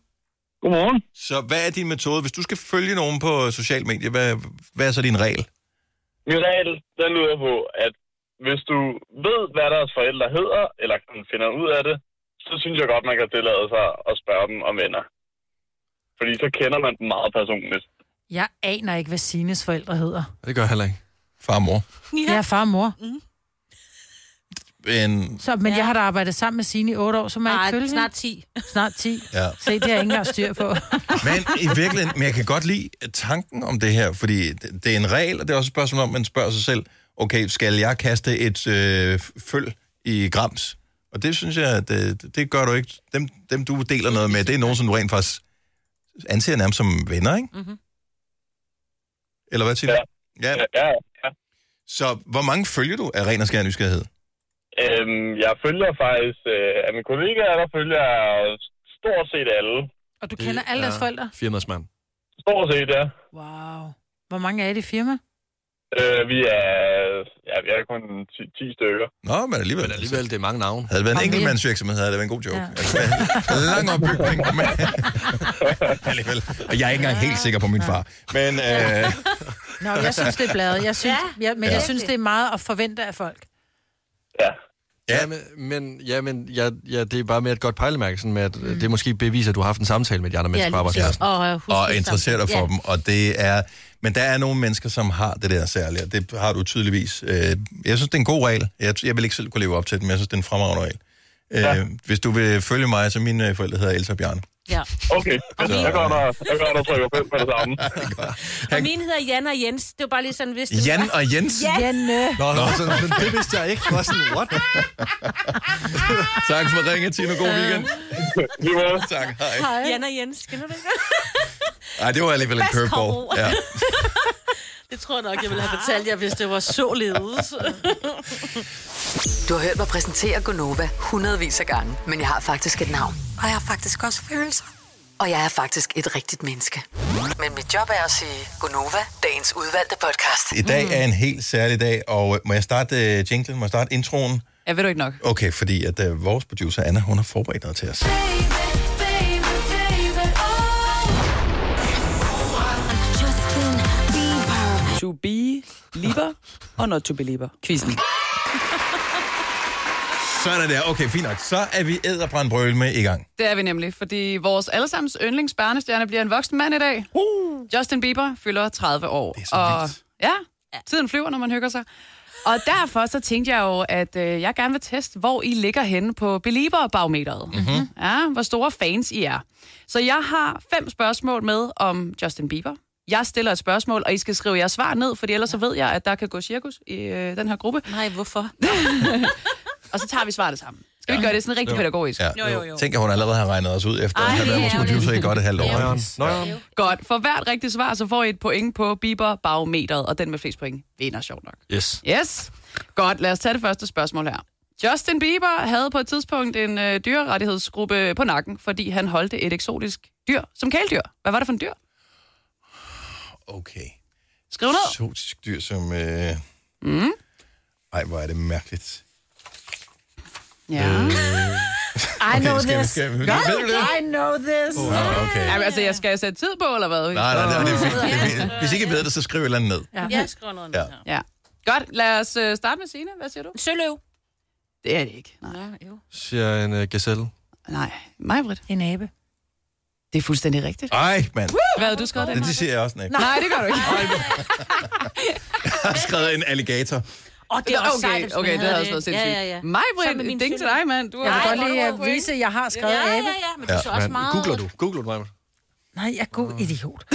Speaker 6: Godmorgen.
Speaker 1: Så hvad er din metode? Hvis du skal følge nogen på sociale medier, hvad, hvad er så din regel?
Speaker 6: Min regel, den lyder på, at hvis du ved, hvad deres forældre hedder, eller kan- finder ud af det, så synes jeg godt, man kan tillade sig at spørge dem om venner. Fordi så kender man dem meget personligt.
Speaker 4: Jeg aner ikke, hvad Sines forældre hedder.
Speaker 3: Det gør jeg heller ikke.
Speaker 1: Far og mor.
Speaker 4: Ja, far og mor.
Speaker 1: Men
Speaker 4: Så, men Mm. ja. jeg har da arbejdet sammen med Signe i otte år, så må jeg
Speaker 2: Ej,
Speaker 4: ikke følge
Speaker 2: snart
Speaker 4: 10. Snart 10.
Speaker 1: Ja.
Speaker 4: Se, det har jeg ikke engang styr på.
Speaker 1: Men i virkeligheden, men jeg kan godt lide tanken om det her, fordi det det er en regel, og det er også et spørgsmål om, man spørger sig selv, okay, skal jeg kaste et øh, føl i grams? Og det synes jeg, at øh, det, det gør du ikke. Dem, dem, du deler noget med, det er nogen, som du rent faktisk anser nærmest som venner, ikke?
Speaker 2: Mm-hmm.
Speaker 1: Eller hvad siger du? Ja. Ja.
Speaker 17: ja,
Speaker 1: ja. Så hvor mange følger du af ren og skær nysgerrighed?
Speaker 17: Øhm, jeg følger faktisk, øh, af mine kollegaer, der følger jeg stort set alle.
Speaker 4: Og du kender alle deres forældre?
Speaker 3: Firmadsmand.
Speaker 17: Stort set, ja.
Speaker 4: Wow. Hvor mange er det i firma?
Speaker 17: Øh, vi er, ja, vi er kun 10, 10 stykker.
Speaker 1: Nå, men alligevel. Men
Speaker 3: alligevel, det er mange navne.
Speaker 1: Havde det været en
Speaker 17: Kom igen.
Speaker 1: enkeltmandsvirksomhed, havde det været en god joke. Ja. Altså, lang opbygning, men alligevel. Og jeg er ikke engang helt sikker på min far. Men, øh,
Speaker 4: Nå, jeg synes, det er bladet. Jeg synes, ja, men ja.
Speaker 3: Ja.
Speaker 4: jeg synes, det er meget at forvente af folk.
Speaker 3: Ja, ja men, men, ja, men ja, ja, det er bare med et godt pejlemærke, sådan med, at mm. det måske beviser, at du har haft en samtale med de andre mennesker på arbejdspladsen.
Speaker 2: Og, øh, husk
Speaker 1: og
Speaker 2: det
Speaker 1: interesserer dig
Speaker 2: sammen.
Speaker 1: for dem. Og det er, men der er nogle mennesker, som har det der særligt, og det har du tydeligvis. Øh, Jeg synes, det er en god regel. Jeg, jeg vil ikke selv kunne leve op til den, men jeg synes, det er en fremragende regel. Ja. Øh, hvis du vil følge mig, så mine øh, forældre hedder Elsa og Bjarne.
Speaker 2: Ja.
Speaker 17: Okay, jeg går der, jeg går der og trykker fem på det samme.
Speaker 2: Og min hedder Jan og Jens. Det var bare lige sådan, hvis det
Speaker 1: Jan og Jens?
Speaker 2: Ja.
Speaker 4: Janne.
Speaker 1: Nå, nå, så-
Speaker 3: men det vidste jeg ikke. Det var sådan, what?
Speaker 1: tak for ringen, Tine. God weekend. tak, hej.
Speaker 2: Hej. Jan og Jens, kender du det?
Speaker 1: Ej, det var alligevel en
Speaker 2: Pas Karo.
Speaker 1: curveball. Ja.
Speaker 2: Det tror jeg nok, jeg ville have fortalt jer, hvis det var således.
Speaker 5: Du har hørt mig præsentere Gonova hundredvis af gange, men jeg har faktisk et navn.
Speaker 18: Og jeg har faktisk også følelser.
Speaker 5: Og jeg er faktisk et rigtigt menneske. Men mit job er at sige Gonova, dagens udvalgte podcast.
Speaker 1: I dag er en
Speaker 15: Mm.
Speaker 1: helt særlig dag, og øh, må jeg starte øh, jinglen? Må jeg starte introen?
Speaker 15: Ja, ved du ikke nok?
Speaker 1: Okay, fordi at øh, vores producer, Anna, hun har forberedt noget til os.
Speaker 5: Mm.
Speaker 2: oh.
Speaker 15: To be lieber og not to believer. Quizzen.
Speaker 1: Sådan der. Okay, fint nok. Så er vi æderbrandbrøl med i gang.
Speaker 15: Det er vi nemlig, fordi vores allesammens yndlingsbarnestjerne bliver en voksen mand i dag. Uh. Justin Bieber fylder 30 år. Det er så og, ja, tiden flyver, når man hygger sig. Og derfor så tænkte jeg jo, at øh, jeg gerne vil teste, hvor I ligger henne på Belieber-barometeret.
Speaker 19: Mhm.
Speaker 15: Ja, hvor store fans I er. Så jeg har fem spørgsmål med om Justin Bieber. Jeg stiller et spørgsmål, og I skal skrive jeres svar ned, for ellers så ved jeg, at der kan gå cirkus i øh, den her gruppe.
Speaker 2: Nej, hvorfor?
Speaker 15: og så tager vi svarene sammen. Skal vi ikke gøre det sådan rigtig
Speaker 1: Jo.
Speaker 15: pædagogisk?
Speaker 1: Ja. Tænk, at hun allerede har regnet os ud, efter at
Speaker 15: Ej,
Speaker 1: have været vores
Speaker 15: det er
Speaker 1: producer i
Speaker 15: ærgerligt.
Speaker 1: godt et halvt år.
Speaker 15: Ja.
Speaker 1: Nå, ja.
Speaker 15: Godt. For hvert rigtigt svar, så får I et point på Bieber barometeret, og den med flest point vinder sjov nok.
Speaker 3: Yes.
Speaker 15: Yes. Godt, lad os tage det første spørgsmål her. Justin Bieber havde på et tidspunkt en øh, dyrerettighedsgruppe på nakken, fordi han holdt et eksotisk dyr som kæledyr. Hvad var det for en dyr?
Speaker 1: Okay.
Speaker 15: Skriv ned.
Speaker 1: Eksotisk dyr, som... Øh...
Speaker 15: Mm.
Speaker 1: Ej, hvor er det mærkeligt.
Speaker 15: Ja.
Speaker 1: Øh...
Speaker 4: I know
Speaker 1: skal vi-
Speaker 4: this.
Speaker 1: skal vi-
Speaker 4: Ved
Speaker 1: Ved du det?
Speaker 4: I know this.
Speaker 1: Nå, okay.
Speaker 15: Jamen, altså, jeg skal jo sætte tid på, eller hvad?
Speaker 1: Nej, nej, nej, det er fint. Det er fint. Hvis ikke I ved det, så skriv et eller andet ned.
Speaker 15: Ja,
Speaker 2: jeg skriver noget
Speaker 1: Ja.
Speaker 15: ja. Godt, lad os øh, starte med Signe. Hvad siger du?
Speaker 2: Søløv.
Speaker 15: Det er det ikke. Nej.
Speaker 3: Siger en uh, gazelle.
Speaker 15: Nej. Majbrit.
Speaker 4: En abe.
Speaker 15: Det er fuldstændig rigtigt.
Speaker 1: Ej, mand.
Speaker 15: Hvad havde du skrevet den?
Speaker 1: Det, det siger jeg også, nej.
Speaker 15: Nej, det gør du ikke.
Speaker 1: Jeg har skrevet en alligator.
Speaker 2: Åh, det er også
Speaker 15: okay,
Speaker 2: sejt, hvis man
Speaker 15: okay, det
Speaker 2: havde
Speaker 15: havde
Speaker 2: det.
Speaker 15: også været
Speaker 2: Ja,
Speaker 15: sindssygt.
Speaker 2: ja, ja.
Speaker 15: Mig,
Speaker 2: Så med min
Speaker 15: Britt, ding til
Speaker 2: søndag.
Speaker 15: dig, mand. Du
Speaker 4: Jeg
Speaker 15: har
Speaker 4: vil godt lige øh, vise, at jeg har skrevet
Speaker 2: Ja, ja,
Speaker 4: abe.
Speaker 2: ja, men du er så også meget...
Speaker 3: Googler du? Googler du mig?
Speaker 4: Nej, jeg er god idiot.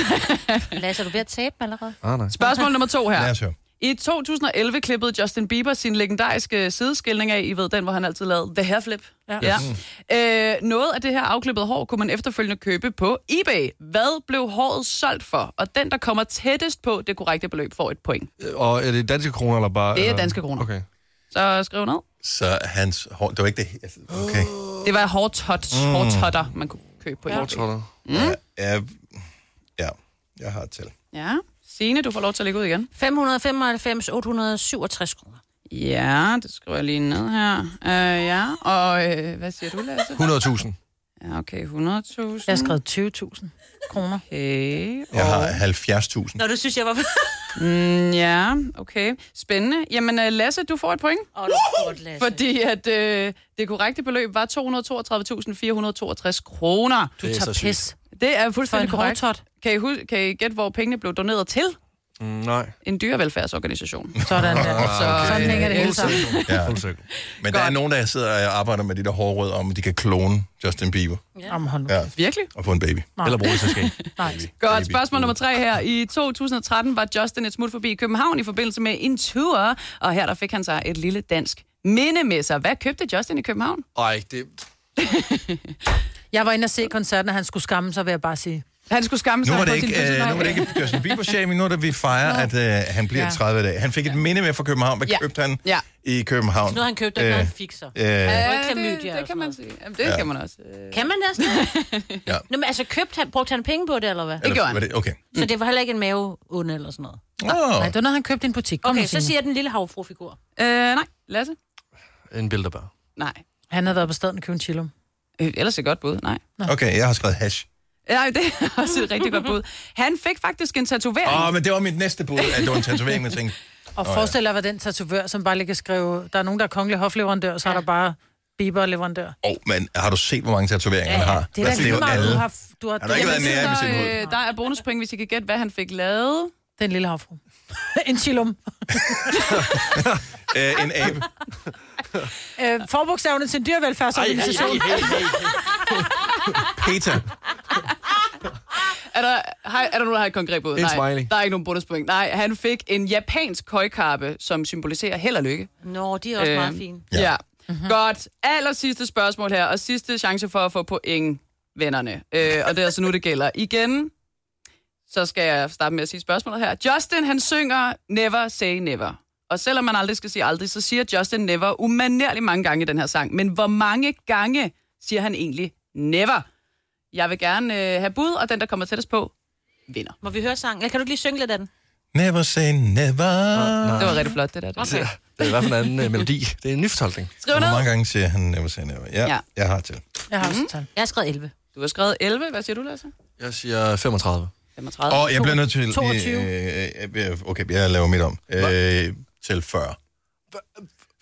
Speaker 2: Lasse, er du ved at tabe dem allerede?
Speaker 3: Ah, nej.
Speaker 15: Spørgsmål nummer to her.
Speaker 3: Lad os høre.
Speaker 15: I 2011 klippede Justin Bieber sin legendariske sideskildring af, I ved den, hvor han altid lavede The Hair Flip.
Speaker 4: Ja.
Speaker 15: Ja. Øh, noget af det her afklippede hår kunne man efterfølgende købe på eBay. Hvad blev håret solgt for? Og den, der kommer tættest på det korrekte beløb, får et point.
Speaker 3: Øh, Og er det danske kroner, eller bare...
Speaker 15: Det er
Speaker 3: eller-
Speaker 15: danske kroner.
Speaker 3: Okay.
Speaker 15: Så skriv ned.
Speaker 1: Så hans hår... Det var ikke det... altså, Okay.
Speaker 15: Det var hårtot,
Speaker 1: Mm.
Speaker 15: mm. hårtotter, man kunne købe på eBay. Mm.
Speaker 1: Ja, ja, ja, jeg har et tal.
Speaker 15: Ja. Signe, du får lov til at lægge ud igen.
Speaker 2: 595, 867 kroner.
Speaker 15: Ja, det skriver jeg lige ned her. Øh, ja, og øh, hvad siger du, Lasse?
Speaker 3: 100.000.
Speaker 15: Ja, okay, 100.000. Jeg
Speaker 4: har skrevet 20.000 kroner.
Speaker 15: Okay.
Speaker 1: Jeg har 70.000.
Speaker 15: Nå, du synes, jeg var... mm, ja, okay. Spændende. Jamen, øh, Lasse, du får et point.
Speaker 2: Åh, det er godt, Lasse.
Speaker 15: Fordi at øh, det korrekte beløb var 232.462 kroner.
Speaker 2: Du Det er tager så sygt. pis.
Speaker 15: Det er fuldstændig
Speaker 2: For en
Speaker 15: korrekt. Kan I, huske, kan I gætte, hvor pengene blev doneret til?
Speaker 3: Nej.
Speaker 15: en dyrevelfærdsorganisation. Sådan,
Speaker 1: Ah, okay.
Speaker 15: Sådan hænger det hele sammen.
Speaker 1: Ja. Men der er nogen, der sidder og arbejder med de der hårde råd om, at de kan klone Justin Bieber.
Speaker 15: Ja.
Speaker 4: Jamen, hold nu.
Speaker 1: Ja.
Speaker 15: Virkelig?
Speaker 1: Og få en baby.
Speaker 4: Nej.
Speaker 1: Eller bruge det til skæg.
Speaker 4: Nej.
Speaker 15: Godt, spørgsmål nummer tre her. I 2013 var Justin et smut forbi København i forbindelse med en tour, og her der fik han sig et lille dansk minde med sig. Hvad købte Justin i København?
Speaker 3: Ej, det...
Speaker 4: Jeg var inde og se koncerten, og han skulle skamme sig, vil jeg bare sige.
Speaker 15: Han skulle skamme
Speaker 1: Nu var det ikke, øh, nu var det ikke Justin Bieber shaming, nu er det, vi fejrer, at øh, han bliver
Speaker 4: Ja.
Speaker 1: 30 i dag. Han fik et minde med fra København. Hvad
Speaker 15: Ja.
Speaker 1: købte han
Speaker 15: Ja.
Speaker 1: i København?
Speaker 2: Så nu har han købt det, når han fik sig.
Speaker 1: Øh, ja.
Speaker 2: Og ikke klamydia
Speaker 15: det,
Speaker 2: og
Speaker 15: det kan man sige. Jamen, det
Speaker 1: Ja.
Speaker 15: ja. kan man også.
Speaker 2: Kan man næsten? ja. Nå, men altså, købt han, brugte han penge på det, eller hvad?
Speaker 1: Eller var Det, okay.
Speaker 2: Så det var heller ikke en maveunde eller sådan noget?
Speaker 1: Åh.
Speaker 4: Nej, det var noget, han købte i en butik. Kom
Speaker 2: Okay,
Speaker 4: nu,
Speaker 2: så
Speaker 4: Signe.
Speaker 2: siger den lille havfrufigur.
Speaker 15: Øh, nej, Lasse?
Speaker 3: En bilderbær.
Speaker 15: Nej.
Speaker 4: Han havde været på staden og købt en chillum.
Speaker 15: Øh, ellers et godt bud, nej.
Speaker 1: Okay, jeg har skrevet hash.
Speaker 15: Ja, det er også et rigtig godt bud. Han fik faktisk en tatovering.
Speaker 1: Åh, oh, men det var mit næste bud, at det var en tatovering, men jeg tænkte...
Speaker 4: Og
Speaker 1: "Nå ja."
Speaker 4: forestil dig, hvad den tatovør, som bare ligger og skrive, der er nogen, der er kongelig hofleverandør, så er der bare Bieber-leverandør.
Speaker 1: Åh, oh, men har du set, hvor mange tatoveringer han har? Altså,
Speaker 4: Det er da
Speaker 1: jo
Speaker 4: lige meget,
Speaker 1: alle.
Speaker 4: du har... Du har,
Speaker 1: Han har ikke været
Speaker 15: Jamen,
Speaker 1: nær med
Speaker 15: så,
Speaker 1: sit hoved.
Speaker 15: øh, Der er bonuspoint, hvis I kan gætte, hvad han fik lavet.
Speaker 4: Den lille havfru. en chillum.
Speaker 1: Øh, en abe.
Speaker 4: Øh, forbogstavene til en dyrevelfærdsorganisation.
Speaker 15: Ej, ej, ej,
Speaker 1: Peter.
Speaker 15: Er der, har, er der nogen, der har et konkret bud?
Speaker 3: En
Speaker 15: Nej,
Speaker 3: smiley.
Speaker 15: der er ikke nogen bonuspoint. Nej, han fik en japansk køjkappe, som symboliserer held og lykke.
Speaker 2: Nå, de er også meget
Speaker 15: Øh,
Speaker 2: fine.
Speaker 15: Øhm, Ja. ja. Mm-hmm. Godt. Aller sidste spørgsmål her, og sidste chance for at få point, vennerne. Øh, og det er altså nu, det gælder igen. Så skal jeg starte med at sige spørgsmålet her. Justin, han synger Never Say Never. Og selvom man aldrig skal sige aldrig, så siger Justin Never umanerligt mange gange i den her sang. Men hvor mange gange siger han egentlig Never? Jeg vil gerne øh, have bud, og den, der kommer tættest på, vinder.
Speaker 2: Må vi høre sangen? Eller kan du ikke lige synge lidt af den?
Speaker 1: Never say never.
Speaker 15: Det var rigtig flot, det der.
Speaker 3: Det, er- det er i hvert fald en anden øh, melodi. Det er en ny fortolkning.
Speaker 15: Skriv ned.
Speaker 1: Hvor mange gange siger han never say never? Ja,
Speaker 15: Ja.
Speaker 1: ja. jeg har til.
Speaker 4: Jeg har også
Speaker 2: Jeg har skrevet 11.
Speaker 15: Mhm. Du har skrevet 11. Hvad siger du, Lasse?
Speaker 3: Jeg siger 35.
Speaker 15: 35.
Speaker 1: Og jeg bliver nødt til...
Speaker 15: 22.
Speaker 1: Øh, øh, okay, jeg laver mit om. Øh, til 40.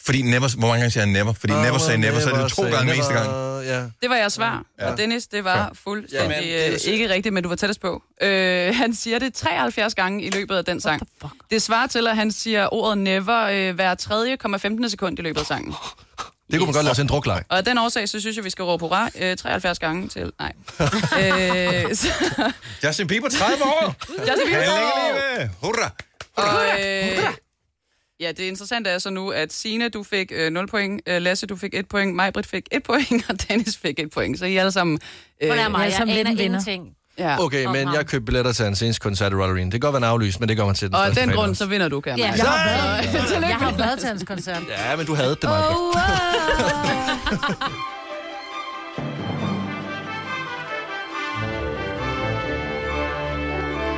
Speaker 1: Fordi never, hvor mange gange siger han never? Fordi never say never, så er det jo to
Speaker 3: Never say
Speaker 1: gange den eneste
Speaker 3: never.
Speaker 1: gang.
Speaker 3: Ja.
Speaker 15: Det var jeres svar. Ja.
Speaker 1: Ja.
Speaker 15: Og Dennis, det var fuldstændig
Speaker 3: Jamen,
Speaker 15: ja,
Speaker 3: det er
Speaker 15: men, ikke rigtigt, men du var tættest på. Øh, han siger det 73 gange i løbet af den sang. Det svarer til, at han siger ordet never øh, hver 3,15 sekund i løbet af sangen.
Speaker 3: Det kunne man godt lave til en drukleg.
Speaker 15: Og af den årsag, så synes jeg, vi skal råbe hurra øh, 73 gange til... Nej. øh, så,
Speaker 1: Justin Bieber, 30 år!
Speaker 15: Justin Bieber, 30 år!
Speaker 1: år! Hurra!
Speaker 15: og, øh, ja, det interessante er så nu, at Sine du fik øh, 0 point, øh, Lasse, du fik 1 point, Majbrit fik 1 point, og Dennis fik 1 point. Så I er alle sammen...
Speaker 2: Hvor er mig?
Speaker 4: jeg er
Speaker 2: Jeg
Speaker 4: som lidt
Speaker 2: aner
Speaker 4: en vinder.
Speaker 2: ingenting.
Speaker 15: Ja.
Speaker 3: Okay, men jeg købte billetter til hans seneste koncert i Rollerine. Det kan godt være en aflyst, men det gør man til den
Speaker 15: Og af
Speaker 3: største
Speaker 15: den
Speaker 3: fan
Speaker 15: grund,
Speaker 3: også.
Speaker 15: så vinder du, kan jeg
Speaker 4: Ja,
Speaker 15: mærke.
Speaker 4: jeg har været,
Speaker 15: Så, øh, tillykke.
Speaker 4: jeg har været til hans koncert.
Speaker 3: Ja, men du havde det meget godt.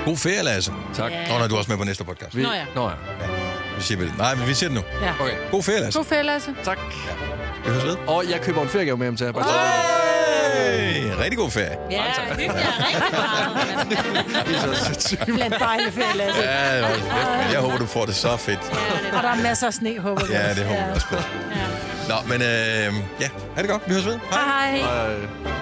Speaker 1: God ferie, Lasse.
Speaker 3: Tak.
Speaker 1: Nå, nej, du er også med på næste podcast.
Speaker 3: Vi- Nå ja. Nå ja.
Speaker 1: Vi siger vi det. Nej, men vi siger det nu.
Speaker 4: Ja.
Speaker 3: Okay.
Speaker 1: God ferie, Lasse.
Speaker 4: God ferie, Lasse.
Speaker 3: Tak.
Speaker 1: Vi høres ved.
Speaker 3: Og jeg køber en feriegave med ham til jer. Bare-
Speaker 1: Hey, rigtig god ferie.
Speaker 2: Ja, hyggeligt. Rigtig
Speaker 3: Det er så sindssygt.
Speaker 4: Det bliver en dejlig ferie, Lasse.
Speaker 1: Ja, det var fedt, men jeg håber, du får det så fedt.
Speaker 4: Og der er masser af sne, håber vi
Speaker 1: Ja,
Speaker 4: også.
Speaker 1: det håber jeg også på. Nå, men øh, ja, ha' det godt. Vi høres ved.
Speaker 4: Hej.
Speaker 1: Hej.